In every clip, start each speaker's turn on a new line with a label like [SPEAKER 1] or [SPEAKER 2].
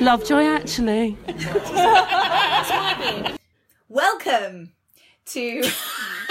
[SPEAKER 1] Lovejoy, actually.
[SPEAKER 2] Welcome to
[SPEAKER 3] Sorry,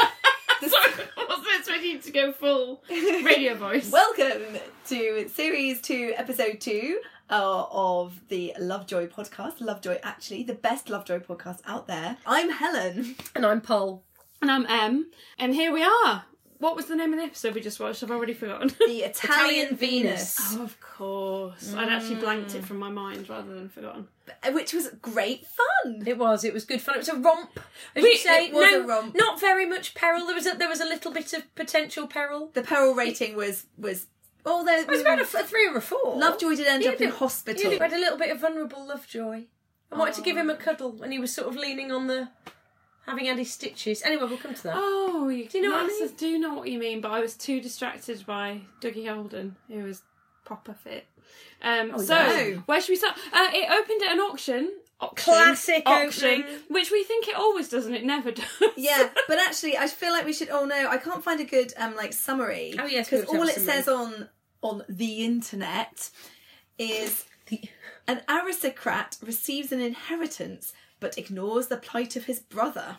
[SPEAKER 3] I wasn't expecting you to go full radio voice.
[SPEAKER 2] welcome to series two, episode two uh, of the Lovejoy podcast. Lovejoy, actually, the best Lovejoy podcast out there. I'm Helen.
[SPEAKER 3] and I'm Paul. And I'm Em. And here we are. What was the name of the episode we just watched? I've already forgotten.
[SPEAKER 2] The Italian, Venus,
[SPEAKER 3] Oh, of course. I'd actually blanked it from my mind rather than forgotten.
[SPEAKER 2] uh, which was great fun.
[SPEAKER 4] It was. It was good fun. It was a romp. As
[SPEAKER 3] We-
[SPEAKER 4] you say,
[SPEAKER 2] it was
[SPEAKER 4] no,
[SPEAKER 2] a romp.
[SPEAKER 4] Not very much peril. There was a, there was a little bit of potential peril.
[SPEAKER 2] The peril rating was was although
[SPEAKER 4] It was about a, f- a three or a four.
[SPEAKER 2] Lovejoy did end
[SPEAKER 4] You
[SPEAKER 2] up in
[SPEAKER 4] did-
[SPEAKER 2] hospital.
[SPEAKER 4] You had a little bit of vulnerable Lovejoy. I wanted to give him a cuddle, and he was sort of leaning on the, having had his stitches. Anyway, we'll come to that.
[SPEAKER 3] Oh, you do
[SPEAKER 4] you know what I mean?
[SPEAKER 3] do know what you mean, but I was too distracted by Dougie Holden, who was proper fit. Um, so,
[SPEAKER 2] no.
[SPEAKER 3] where should we start? Uh, it opened at an auction. auction
[SPEAKER 4] Classic
[SPEAKER 3] auction,
[SPEAKER 4] opening.
[SPEAKER 3] which we think it always does, and it never does.
[SPEAKER 2] Yeah, but actually, I feel like we should all know. I can't find a good um like summary.
[SPEAKER 4] Oh, yes, we
[SPEAKER 2] because
[SPEAKER 4] ought to
[SPEAKER 2] all
[SPEAKER 4] have a
[SPEAKER 2] it says on on the internet is an aristocrat receives an inheritance but ignores the plight of his brother.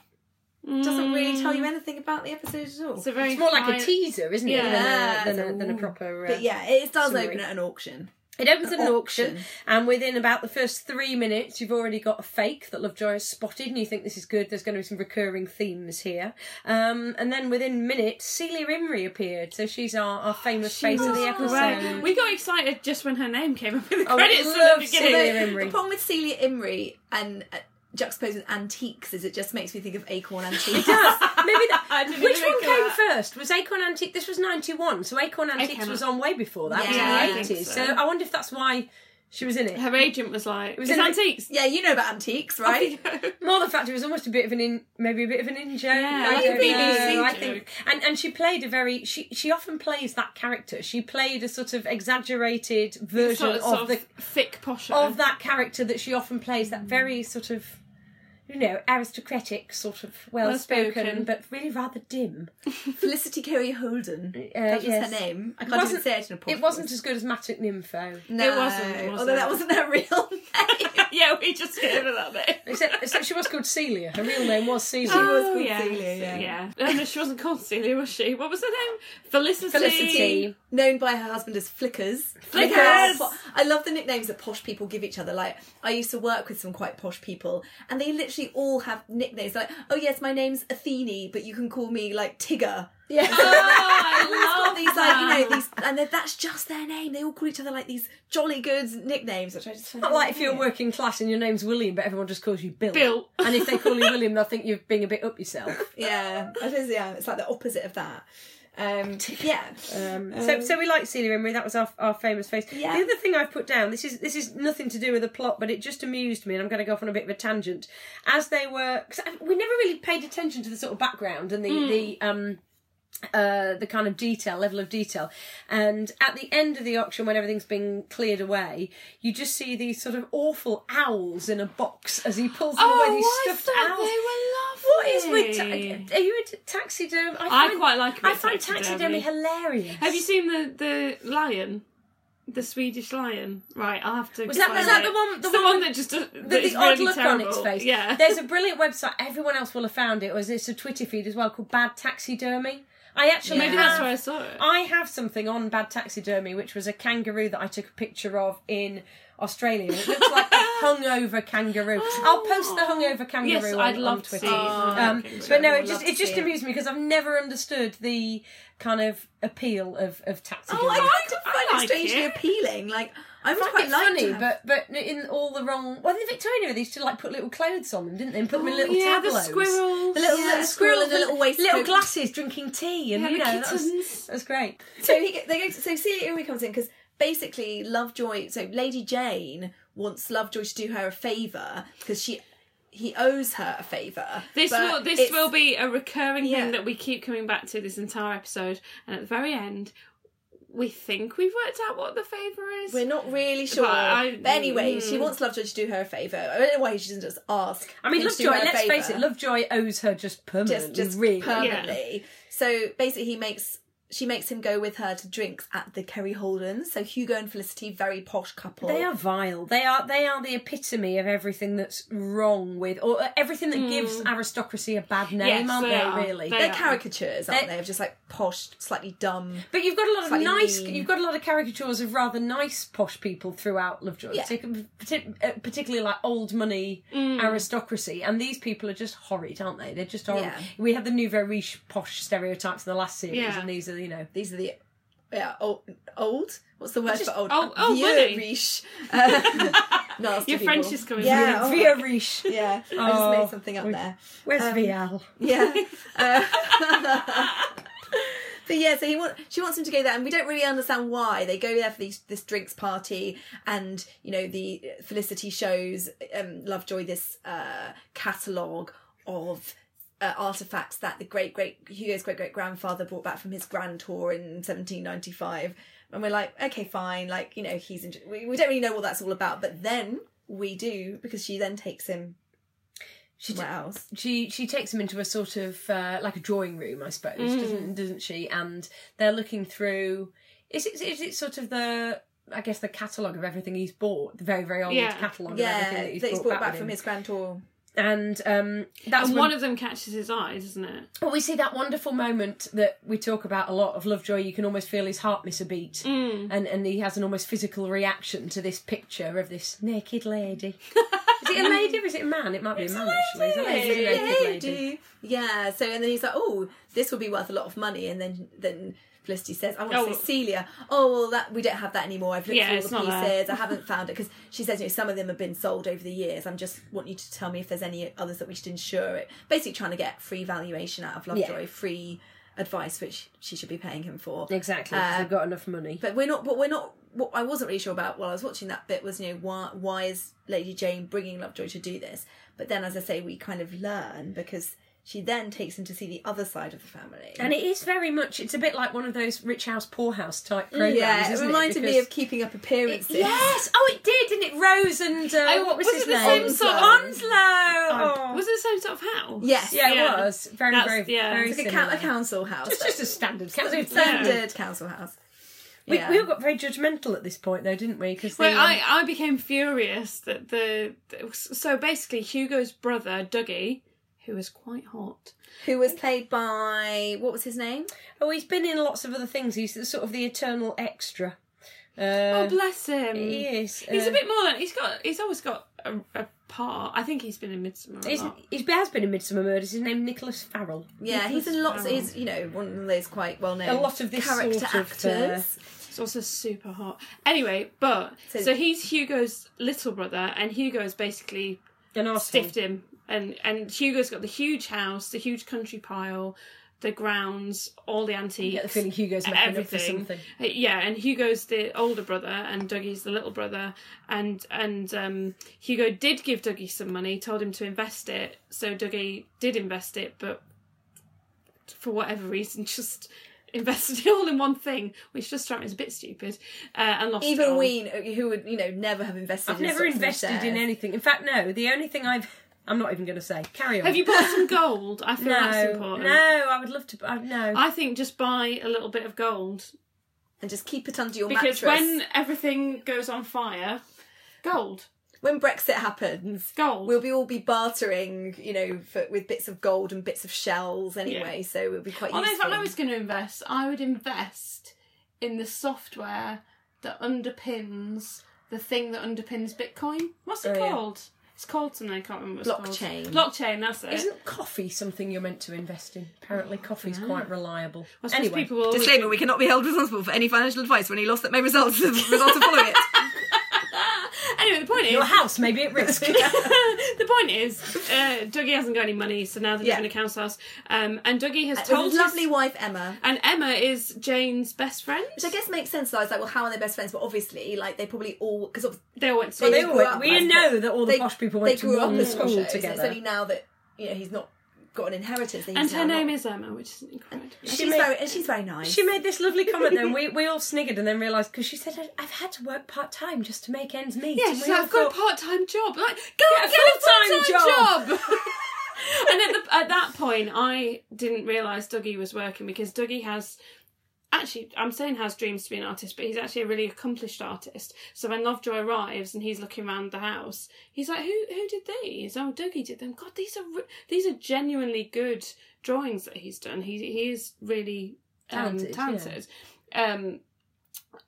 [SPEAKER 2] Doesn't really tell you
[SPEAKER 4] Mm.
[SPEAKER 2] anything about the episode at all.
[SPEAKER 3] It's a very
[SPEAKER 4] It's more like a
[SPEAKER 3] fine-
[SPEAKER 4] teaser, isn't it?
[SPEAKER 3] Yeah.
[SPEAKER 4] Than a, than a, than a proper. Uh,
[SPEAKER 2] but yeah, it does
[SPEAKER 4] summary.
[SPEAKER 2] open at an auction.
[SPEAKER 4] It opens at an
[SPEAKER 2] auction.
[SPEAKER 4] auction, and within about the first three minutes, you've already got a fake that Lovejoy has spotted, and you think this is good. There's going to be some recurring themes here. Um, and then within minutes, Celia Imrie appeared, so she's our, our famous face of the episode.
[SPEAKER 3] Right. We got excited just when her name came up in the
[SPEAKER 4] I
[SPEAKER 3] credits from the
[SPEAKER 4] love
[SPEAKER 3] beginning.
[SPEAKER 4] Celia
[SPEAKER 2] But
[SPEAKER 4] Imrie.
[SPEAKER 2] The problem with Celia Imrie and uh, juxtaposed with antiques is it just makes me think of Acorn Antiques.
[SPEAKER 4] Maybe that.
[SPEAKER 3] I didn't
[SPEAKER 4] Which
[SPEAKER 3] even
[SPEAKER 4] one
[SPEAKER 3] think
[SPEAKER 4] came
[SPEAKER 3] of
[SPEAKER 4] first? Was Acorn Antique? This was ninety one, so Acorn Antiques
[SPEAKER 3] Acorn-
[SPEAKER 4] was on way before that.
[SPEAKER 2] Yeah, I
[SPEAKER 4] it was in the
[SPEAKER 3] think
[SPEAKER 4] eighties.
[SPEAKER 3] so.
[SPEAKER 4] So. I wonder if that's why she was in it.
[SPEAKER 3] Her agent was like, it was
[SPEAKER 4] was
[SPEAKER 3] it's
[SPEAKER 4] in-
[SPEAKER 3] antiques.
[SPEAKER 2] yeah, you know about antiques, right?
[SPEAKER 4] More the fact it was almost a bit of an in, maybe a bit of an in joke.
[SPEAKER 3] Yeah,
[SPEAKER 4] I
[SPEAKER 3] like
[SPEAKER 4] don't
[SPEAKER 3] a BBC
[SPEAKER 4] know, I
[SPEAKER 3] joke.
[SPEAKER 4] think, and and she played a very she she often plays that character. She played a sort of exaggerated version
[SPEAKER 3] Sort
[SPEAKER 4] of,
[SPEAKER 3] of, sort of
[SPEAKER 4] the
[SPEAKER 3] thick posher.
[SPEAKER 4] of that character that she often plays. That very sort of you know aristocratic sort of well
[SPEAKER 3] Well-spoken.
[SPEAKER 4] spoken, but really rather dim.
[SPEAKER 2] Felicity Kerry Holden.
[SPEAKER 4] Uh,
[SPEAKER 2] That was
[SPEAKER 4] yes.
[SPEAKER 2] her name. I
[SPEAKER 4] It
[SPEAKER 2] can't even
[SPEAKER 4] wasn't-
[SPEAKER 2] say it in a podcast.
[SPEAKER 4] It wasn't as good as Matic Nympho.
[SPEAKER 2] No,
[SPEAKER 3] It wasn't, was
[SPEAKER 2] although
[SPEAKER 3] it?
[SPEAKER 2] that wasn't her real name.
[SPEAKER 3] yeah, we just gave her that bit.
[SPEAKER 4] Except, except she was called Celia. Her real name was Celia.
[SPEAKER 3] Oh,
[SPEAKER 2] was called
[SPEAKER 3] yeah,
[SPEAKER 2] Celia, yeah.
[SPEAKER 3] Oh, no, she wasn't called Celia, was she? What was her name? Felicity.
[SPEAKER 4] Felicity.
[SPEAKER 2] Known by her husband as Flickers.
[SPEAKER 3] Flickers!
[SPEAKER 2] Because po- I love the nicknames that posh people give each other. Like, I used to work with some quite posh people, and they literally all have nicknames. Like, oh yes, my name's Athene, but you can call me like Tigger.
[SPEAKER 4] Yeah.
[SPEAKER 3] Oh, I love
[SPEAKER 2] These like
[SPEAKER 3] that.
[SPEAKER 2] you know these, and they're- that's just their name. They all call each other like these jolly goods nicknames, which I just find
[SPEAKER 4] Not like if you're working class and your name's William, but everyone just calls you Bill.
[SPEAKER 3] Bill.
[SPEAKER 4] And if they call you William, they'll think you're being a bit up yourself.
[SPEAKER 2] yeah, I suppose, yeah, it's like the opposite of that. Um, yeah,
[SPEAKER 4] Um, so, so we like Celia Imrie. That was our, our famous face.
[SPEAKER 2] Yeah.
[SPEAKER 4] The other thing I've put down. This is this is nothing to do with the plot, but it just amused me, and I'm going to go off on a bit of a tangent. As they were, cause I- we never really paid attention to the sort of background and the
[SPEAKER 3] Hmm.
[SPEAKER 4] the um. Uh, the kind of detail, level of detail, and at the end of the auction, when everything's been cleared away, you just see these sort of awful owls in a box as he pulls them away. These
[SPEAKER 3] oh, I
[SPEAKER 4] stuffed owls. What
[SPEAKER 3] thought
[SPEAKER 4] is
[SPEAKER 3] they were lovely.
[SPEAKER 4] with ta- are you into taxiderm?
[SPEAKER 3] I quite like a bit
[SPEAKER 4] I
[SPEAKER 3] of
[SPEAKER 4] find taxidermy
[SPEAKER 3] taxidermy.
[SPEAKER 4] hilarious.
[SPEAKER 3] Have you seen the the lion? The Swedish lion, right? I'll have to.
[SPEAKER 4] Was that- was
[SPEAKER 3] find
[SPEAKER 4] that
[SPEAKER 3] it.
[SPEAKER 4] the one- the
[SPEAKER 3] It's
[SPEAKER 4] one with-
[SPEAKER 3] that just that
[SPEAKER 4] the,
[SPEAKER 3] is
[SPEAKER 4] the odd
[SPEAKER 3] really
[SPEAKER 4] look
[SPEAKER 3] terrible.
[SPEAKER 4] on its face.
[SPEAKER 3] Yeah,
[SPEAKER 4] There's a brilliant website. Everyone else will have found it. Or is it's a Twitter feed as well called Bad Taxidermy? I actually
[SPEAKER 3] maybe
[SPEAKER 4] have,
[SPEAKER 3] that's where I saw it.
[SPEAKER 4] I have something on Bad Taxidermy, which was a kangaroo that I took a picture of in Australia. It looks like a hungover kangaroo. I'll post the hungover kangaroo.
[SPEAKER 3] Oh. Yes,
[SPEAKER 4] on,
[SPEAKER 3] I'd
[SPEAKER 4] on
[SPEAKER 3] love to
[SPEAKER 4] Twitter.
[SPEAKER 3] see.
[SPEAKER 4] Um,
[SPEAKER 3] Okay,
[SPEAKER 4] but no,
[SPEAKER 2] I
[SPEAKER 4] it
[SPEAKER 2] would love
[SPEAKER 4] just it
[SPEAKER 2] to
[SPEAKER 4] just
[SPEAKER 2] see it.
[SPEAKER 4] amused me because I've never understood the kind of appeal of of taxidermy.
[SPEAKER 2] Oh, I
[SPEAKER 3] I
[SPEAKER 2] kind of
[SPEAKER 3] quite
[SPEAKER 2] find
[SPEAKER 3] like
[SPEAKER 2] it strangely
[SPEAKER 3] it.
[SPEAKER 2] appealing. Like, I would
[SPEAKER 4] It's
[SPEAKER 2] quite
[SPEAKER 4] quite
[SPEAKER 2] like
[SPEAKER 4] funny,
[SPEAKER 2] to have-
[SPEAKER 4] but but in all the wrong. Well, in Victoria, they used to like put little clothes on them, didn't they? And put them in little
[SPEAKER 3] yeah,
[SPEAKER 4] tableaus.
[SPEAKER 3] the squirrels,
[SPEAKER 2] The little,
[SPEAKER 4] Yeah,
[SPEAKER 2] little
[SPEAKER 4] the
[SPEAKER 2] squirrel in a little waistcoat.
[SPEAKER 4] little glasses, drinking tea, and
[SPEAKER 3] Yeah,
[SPEAKER 4] you
[SPEAKER 3] the
[SPEAKER 4] know that was-
[SPEAKER 3] kittens.
[SPEAKER 4] that was great.
[SPEAKER 2] So he, they go to, so Celia Imrie comes in because basically Lovejoy. So Lady Jane wants Lovejoy to do her a favour because she he owes her a favour.
[SPEAKER 3] This
[SPEAKER 2] but
[SPEAKER 3] will this
[SPEAKER 2] it's-
[SPEAKER 3] will be a recurring
[SPEAKER 2] Yeah.
[SPEAKER 3] thing that we keep coming back to this entire episode, and at the very end, we think we've worked out what the favour is.
[SPEAKER 2] We're not really sure. But,
[SPEAKER 3] I-
[SPEAKER 2] anyway, she wants Lovejoy to do her a favour. I don't know why she doesn't just ask.
[SPEAKER 4] I mean,
[SPEAKER 2] him to do
[SPEAKER 4] Lovejoy.
[SPEAKER 2] her a
[SPEAKER 4] Let's face it,
[SPEAKER 2] favour.
[SPEAKER 4] Lovejoy owes her just permanently.
[SPEAKER 2] just just
[SPEAKER 4] really.
[SPEAKER 2] permanently. So basically, he makes she makes him go with her to drinks at the Kerry Holdens. So Hugo and Felicity, very posh couple.
[SPEAKER 4] They are vile. They are they are the epitome of everything that's wrong with, or everything that gives aristocracy a bad name,
[SPEAKER 3] Yes,
[SPEAKER 4] aren't
[SPEAKER 3] they
[SPEAKER 4] Hmm. they?
[SPEAKER 3] are.
[SPEAKER 4] really,
[SPEAKER 3] They-
[SPEAKER 2] They're caricatures, aren't
[SPEAKER 4] They-
[SPEAKER 2] they? Of just like posh, slightly dumb.
[SPEAKER 4] but you've got a lot of
[SPEAKER 2] Slightly
[SPEAKER 4] nice.
[SPEAKER 2] mean.
[SPEAKER 4] You've got a lot of caricatures of rather nice posh people throughout Lovejoy,
[SPEAKER 2] Yeah. Mm.
[SPEAKER 4] partic- partic- uh, particularly like old money aristocracy. And these people are just horrid, aren't they? They're just horrid.
[SPEAKER 2] Yeah.
[SPEAKER 4] We had the nouveau riche posh stereotypes in the last series,
[SPEAKER 3] Yeah.
[SPEAKER 4] and these are you know
[SPEAKER 2] These are the yeah old. old? What's the word for old?
[SPEAKER 3] old- old
[SPEAKER 2] Vieux
[SPEAKER 3] money.
[SPEAKER 2] riche. Uh, nasty
[SPEAKER 3] Your French
[SPEAKER 2] people.
[SPEAKER 3] is coming
[SPEAKER 2] Yeah.
[SPEAKER 3] through.
[SPEAKER 2] oh.
[SPEAKER 4] nouveau riche.
[SPEAKER 2] Yeah, I just
[SPEAKER 4] Oh,
[SPEAKER 2] made something up
[SPEAKER 4] we-
[SPEAKER 2] there.
[SPEAKER 4] Where's
[SPEAKER 2] Um,
[SPEAKER 4] VL?
[SPEAKER 2] Yeah. Uh, but yeah, so he want, she wants him to go there, and we don't really understand why they go there for these, this drinks party, and you know the Felicity shows um, Lovejoy this uh, catalogue of. Uh, artifacts that the great great Hugo's great great grandfather brought back from his grand tour in 1795, and we're like, okay, fine, like you know he's in, we, we don't really know what that's all about, but then we do because she then takes him
[SPEAKER 4] She
[SPEAKER 2] somewhere else.
[SPEAKER 4] she she takes him into a sort of uh, like a drawing room, I suppose, doesn't doesn't she? And they're looking through. Is it is it sort of the I guess the catalogue of everything he's bought, the very very old
[SPEAKER 3] Yeah.
[SPEAKER 4] catalogue of
[SPEAKER 2] Yeah,
[SPEAKER 4] everything that he's, brought, back,
[SPEAKER 2] from
[SPEAKER 4] with
[SPEAKER 2] his grand tour.
[SPEAKER 4] him. And um, that's
[SPEAKER 3] And
[SPEAKER 4] when-
[SPEAKER 3] one of them catches his eye, doesn't it?
[SPEAKER 4] well, we see that wonderful moment that we talk about a lot of Lovejoy. You can almost feel his heart miss a beat, and and he has an almost physical reaction to this picture of this naked lady. is it a lady or is it a man? It might be a man actually. Is it a naked lady?
[SPEAKER 2] Yeah, so and then he's like, oh, this would be worth a lot of money. And then then Felicity says, I want
[SPEAKER 3] Oh,
[SPEAKER 2] to
[SPEAKER 3] well-
[SPEAKER 2] say Celia. Oh, well, that we don't have that anymore. I've looked
[SPEAKER 3] Yeah, it's
[SPEAKER 2] through all
[SPEAKER 3] not
[SPEAKER 2] the
[SPEAKER 3] there.
[SPEAKER 2] pieces. I haven't found it. Because she says, you know, some of them have been sold over the years. I'm just want you to tell me if there's any others that we should insure it. Basically trying to get free valuation out of Lovejoy, free advice, which she should be paying him for.
[SPEAKER 4] Exactly, 'cause they've got enough money.
[SPEAKER 2] But we're not. But we're not. What I wasn't really sure about while I was watching that bit was, you know, why why is Lady Jane bringing Lovejoy to do this? But then, as I say, we kind of learn because she then takes him to see the other side of the family.
[SPEAKER 4] and it is very much. It's a bit like one of those rich house poor house type programs.
[SPEAKER 2] yeah, it
[SPEAKER 4] isn't
[SPEAKER 2] reminded me
[SPEAKER 4] Because-
[SPEAKER 2] of keeping up appearances.
[SPEAKER 4] Yes. Oh, it did, didn't it? Rose and uh,
[SPEAKER 3] Oh,
[SPEAKER 4] what was,
[SPEAKER 3] was
[SPEAKER 4] his
[SPEAKER 3] it the
[SPEAKER 4] name?
[SPEAKER 2] same sort of-
[SPEAKER 4] Onslow. Oh.
[SPEAKER 3] Was it the same sort of house?
[SPEAKER 2] Yes.
[SPEAKER 4] yeah,
[SPEAKER 3] Yeah.
[SPEAKER 4] it was very,
[SPEAKER 3] That's-
[SPEAKER 4] very,
[SPEAKER 3] yeah.
[SPEAKER 4] very
[SPEAKER 2] Like a,
[SPEAKER 4] similar.
[SPEAKER 2] coun- a council house,
[SPEAKER 4] It's
[SPEAKER 2] like
[SPEAKER 4] just a standard council.
[SPEAKER 2] standard council house.
[SPEAKER 4] We,
[SPEAKER 2] Yeah.
[SPEAKER 4] we all got very judgmental at this point, though, didn't we? Because
[SPEAKER 2] um,
[SPEAKER 3] Well, I, I became furious that the so basically Hugo's brother Dougie, who was quite hot.
[SPEAKER 2] Who was played by what was his name?
[SPEAKER 4] oh, he's been in lots of other things. He's the- sort of the eternal extra. Uh,
[SPEAKER 3] oh bless him.
[SPEAKER 4] he is.
[SPEAKER 3] He's
[SPEAKER 4] uh,
[SPEAKER 3] a bit more than he's got. He's always got a, a part. I think he's been in Midsummer. A
[SPEAKER 4] He's,
[SPEAKER 3] lot.
[SPEAKER 4] he has been in Midsummer Murders. His name Nicholas Farrell.
[SPEAKER 2] Yeah, he's in lots. He's you know one of those quite well known.
[SPEAKER 4] A lot of this
[SPEAKER 2] character
[SPEAKER 4] sort of, uh,
[SPEAKER 2] actors.
[SPEAKER 3] He's also super hot. Anyway, but so,
[SPEAKER 2] So-
[SPEAKER 3] he's Hugo's little brother, and Hugo's basically
[SPEAKER 4] An arsehole.
[SPEAKER 3] stiffed him, and and Hugo's got the huge house, the huge country pile, the grounds, all the antiques.
[SPEAKER 4] get the feeling Hugo's making up for
[SPEAKER 3] everything.
[SPEAKER 4] something.
[SPEAKER 3] Uh, Yeah, and Hugo's the older brother, and Dougie's the little brother, and and um, Hugo did give Dougie some money, told him to invest it. So Dougie did invest it, but for whatever reason, just invested it all in one thing, which just struck me as a bit stupid, uh, and lost. it
[SPEAKER 2] Even
[SPEAKER 3] all.
[SPEAKER 2] we, who would you know never have invested.
[SPEAKER 4] I've
[SPEAKER 2] in
[SPEAKER 4] never
[SPEAKER 2] stocks and
[SPEAKER 4] invested in
[SPEAKER 2] shares.
[SPEAKER 4] anything. In fact, no. The only thing I've I'm not even going to say. Carry on.
[SPEAKER 3] Have you bought some gold? I feel
[SPEAKER 4] No,
[SPEAKER 3] that's important.
[SPEAKER 4] no. I would love to. I, no.
[SPEAKER 3] I think just buy a little bit of gold
[SPEAKER 2] and just keep it under your mattress.
[SPEAKER 3] because when everything goes on fire, gold,
[SPEAKER 2] when Brexit happens,
[SPEAKER 3] gold.
[SPEAKER 2] we'll be all be bartering, you know, for, with bits of gold and bits of shells anyway.
[SPEAKER 3] Yeah.
[SPEAKER 2] So it'll be quite.
[SPEAKER 3] Although if
[SPEAKER 2] useful.
[SPEAKER 3] I was going to invest, I would invest in the software that underpins the thing that underpins Bitcoin. What's it
[SPEAKER 4] Oh, yeah.
[SPEAKER 3] called? It's called something I can't remember. What it's
[SPEAKER 2] Blockchain.
[SPEAKER 3] Called. Blockchain. That's it.
[SPEAKER 4] Isn't coffee something you're meant to invest in? Apparently, coffee's quite reliable.
[SPEAKER 3] I suppose
[SPEAKER 4] anyway,
[SPEAKER 3] people will always-
[SPEAKER 2] Disclaimer: We cannot be held responsible for any financial advice when any loss that may result result of following it.
[SPEAKER 3] Anyway, the point is,
[SPEAKER 4] your house may be at risk.
[SPEAKER 3] the point is, uh, Dougie hasn't got any money, so now they're
[SPEAKER 2] Yeah.
[SPEAKER 3] doing a council house. Um, and Dougie has
[SPEAKER 2] With
[SPEAKER 3] told
[SPEAKER 2] his lovely
[SPEAKER 3] his,
[SPEAKER 2] wife Emma.
[SPEAKER 3] and Emma is Jane's best friend.
[SPEAKER 2] Which I guess makes sense. So I was like, well, how are they best friends? But obviously, like they probably all because
[SPEAKER 3] They all went to.
[SPEAKER 2] They
[SPEAKER 4] They
[SPEAKER 2] grew
[SPEAKER 4] all-
[SPEAKER 2] up
[SPEAKER 4] we
[SPEAKER 2] as
[SPEAKER 4] know that all the
[SPEAKER 2] they,
[SPEAKER 4] posh people
[SPEAKER 2] they
[SPEAKER 4] went to
[SPEAKER 2] grew up
[SPEAKER 4] one
[SPEAKER 2] in school
[SPEAKER 4] school
[SPEAKER 2] shows, and it's
[SPEAKER 4] together.
[SPEAKER 2] only now that you know he's not got an inheritance. That
[SPEAKER 3] and
[SPEAKER 2] he's
[SPEAKER 3] her
[SPEAKER 2] now
[SPEAKER 3] name
[SPEAKER 2] not.
[SPEAKER 3] is Emma, which is incredible.
[SPEAKER 2] And
[SPEAKER 4] she
[SPEAKER 2] she's
[SPEAKER 4] made-
[SPEAKER 2] very and she's very nice.
[SPEAKER 4] She made this lovely comment then. We, we all sniggered and then realised because she said, "I- I've had to work part time just to make ends meet.
[SPEAKER 3] Yeah,
[SPEAKER 4] And
[SPEAKER 3] she's
[SPEAKER 4] we
[SPEAKER 3] like,
[SPEAKER 4] all
[SPEAKER 3] I've got a
[SPEAKER 4] thought,
[SPEAKER 3] part time job. Like, go
[SPEAKER 4] Get a
[SPEAKER 3] and get a
[SPEAKER 4] full-time
[SPEAKER 3] full time job. and at, the, at that point, I didn't realise Dougie was working because Dougie has actually I'm saying has dreams to be an artist, but he's actually a really accomplished artist. So when Lovejoy arrives and he's looking around the house, he's like, "Who who did these? Oh, Dougie did them. God, these are re- these are genuinely good drawings that he's done. He he is really um,
[SPEAKER 4] Talented, yeah.
[SPEAKER 3] talented." Um,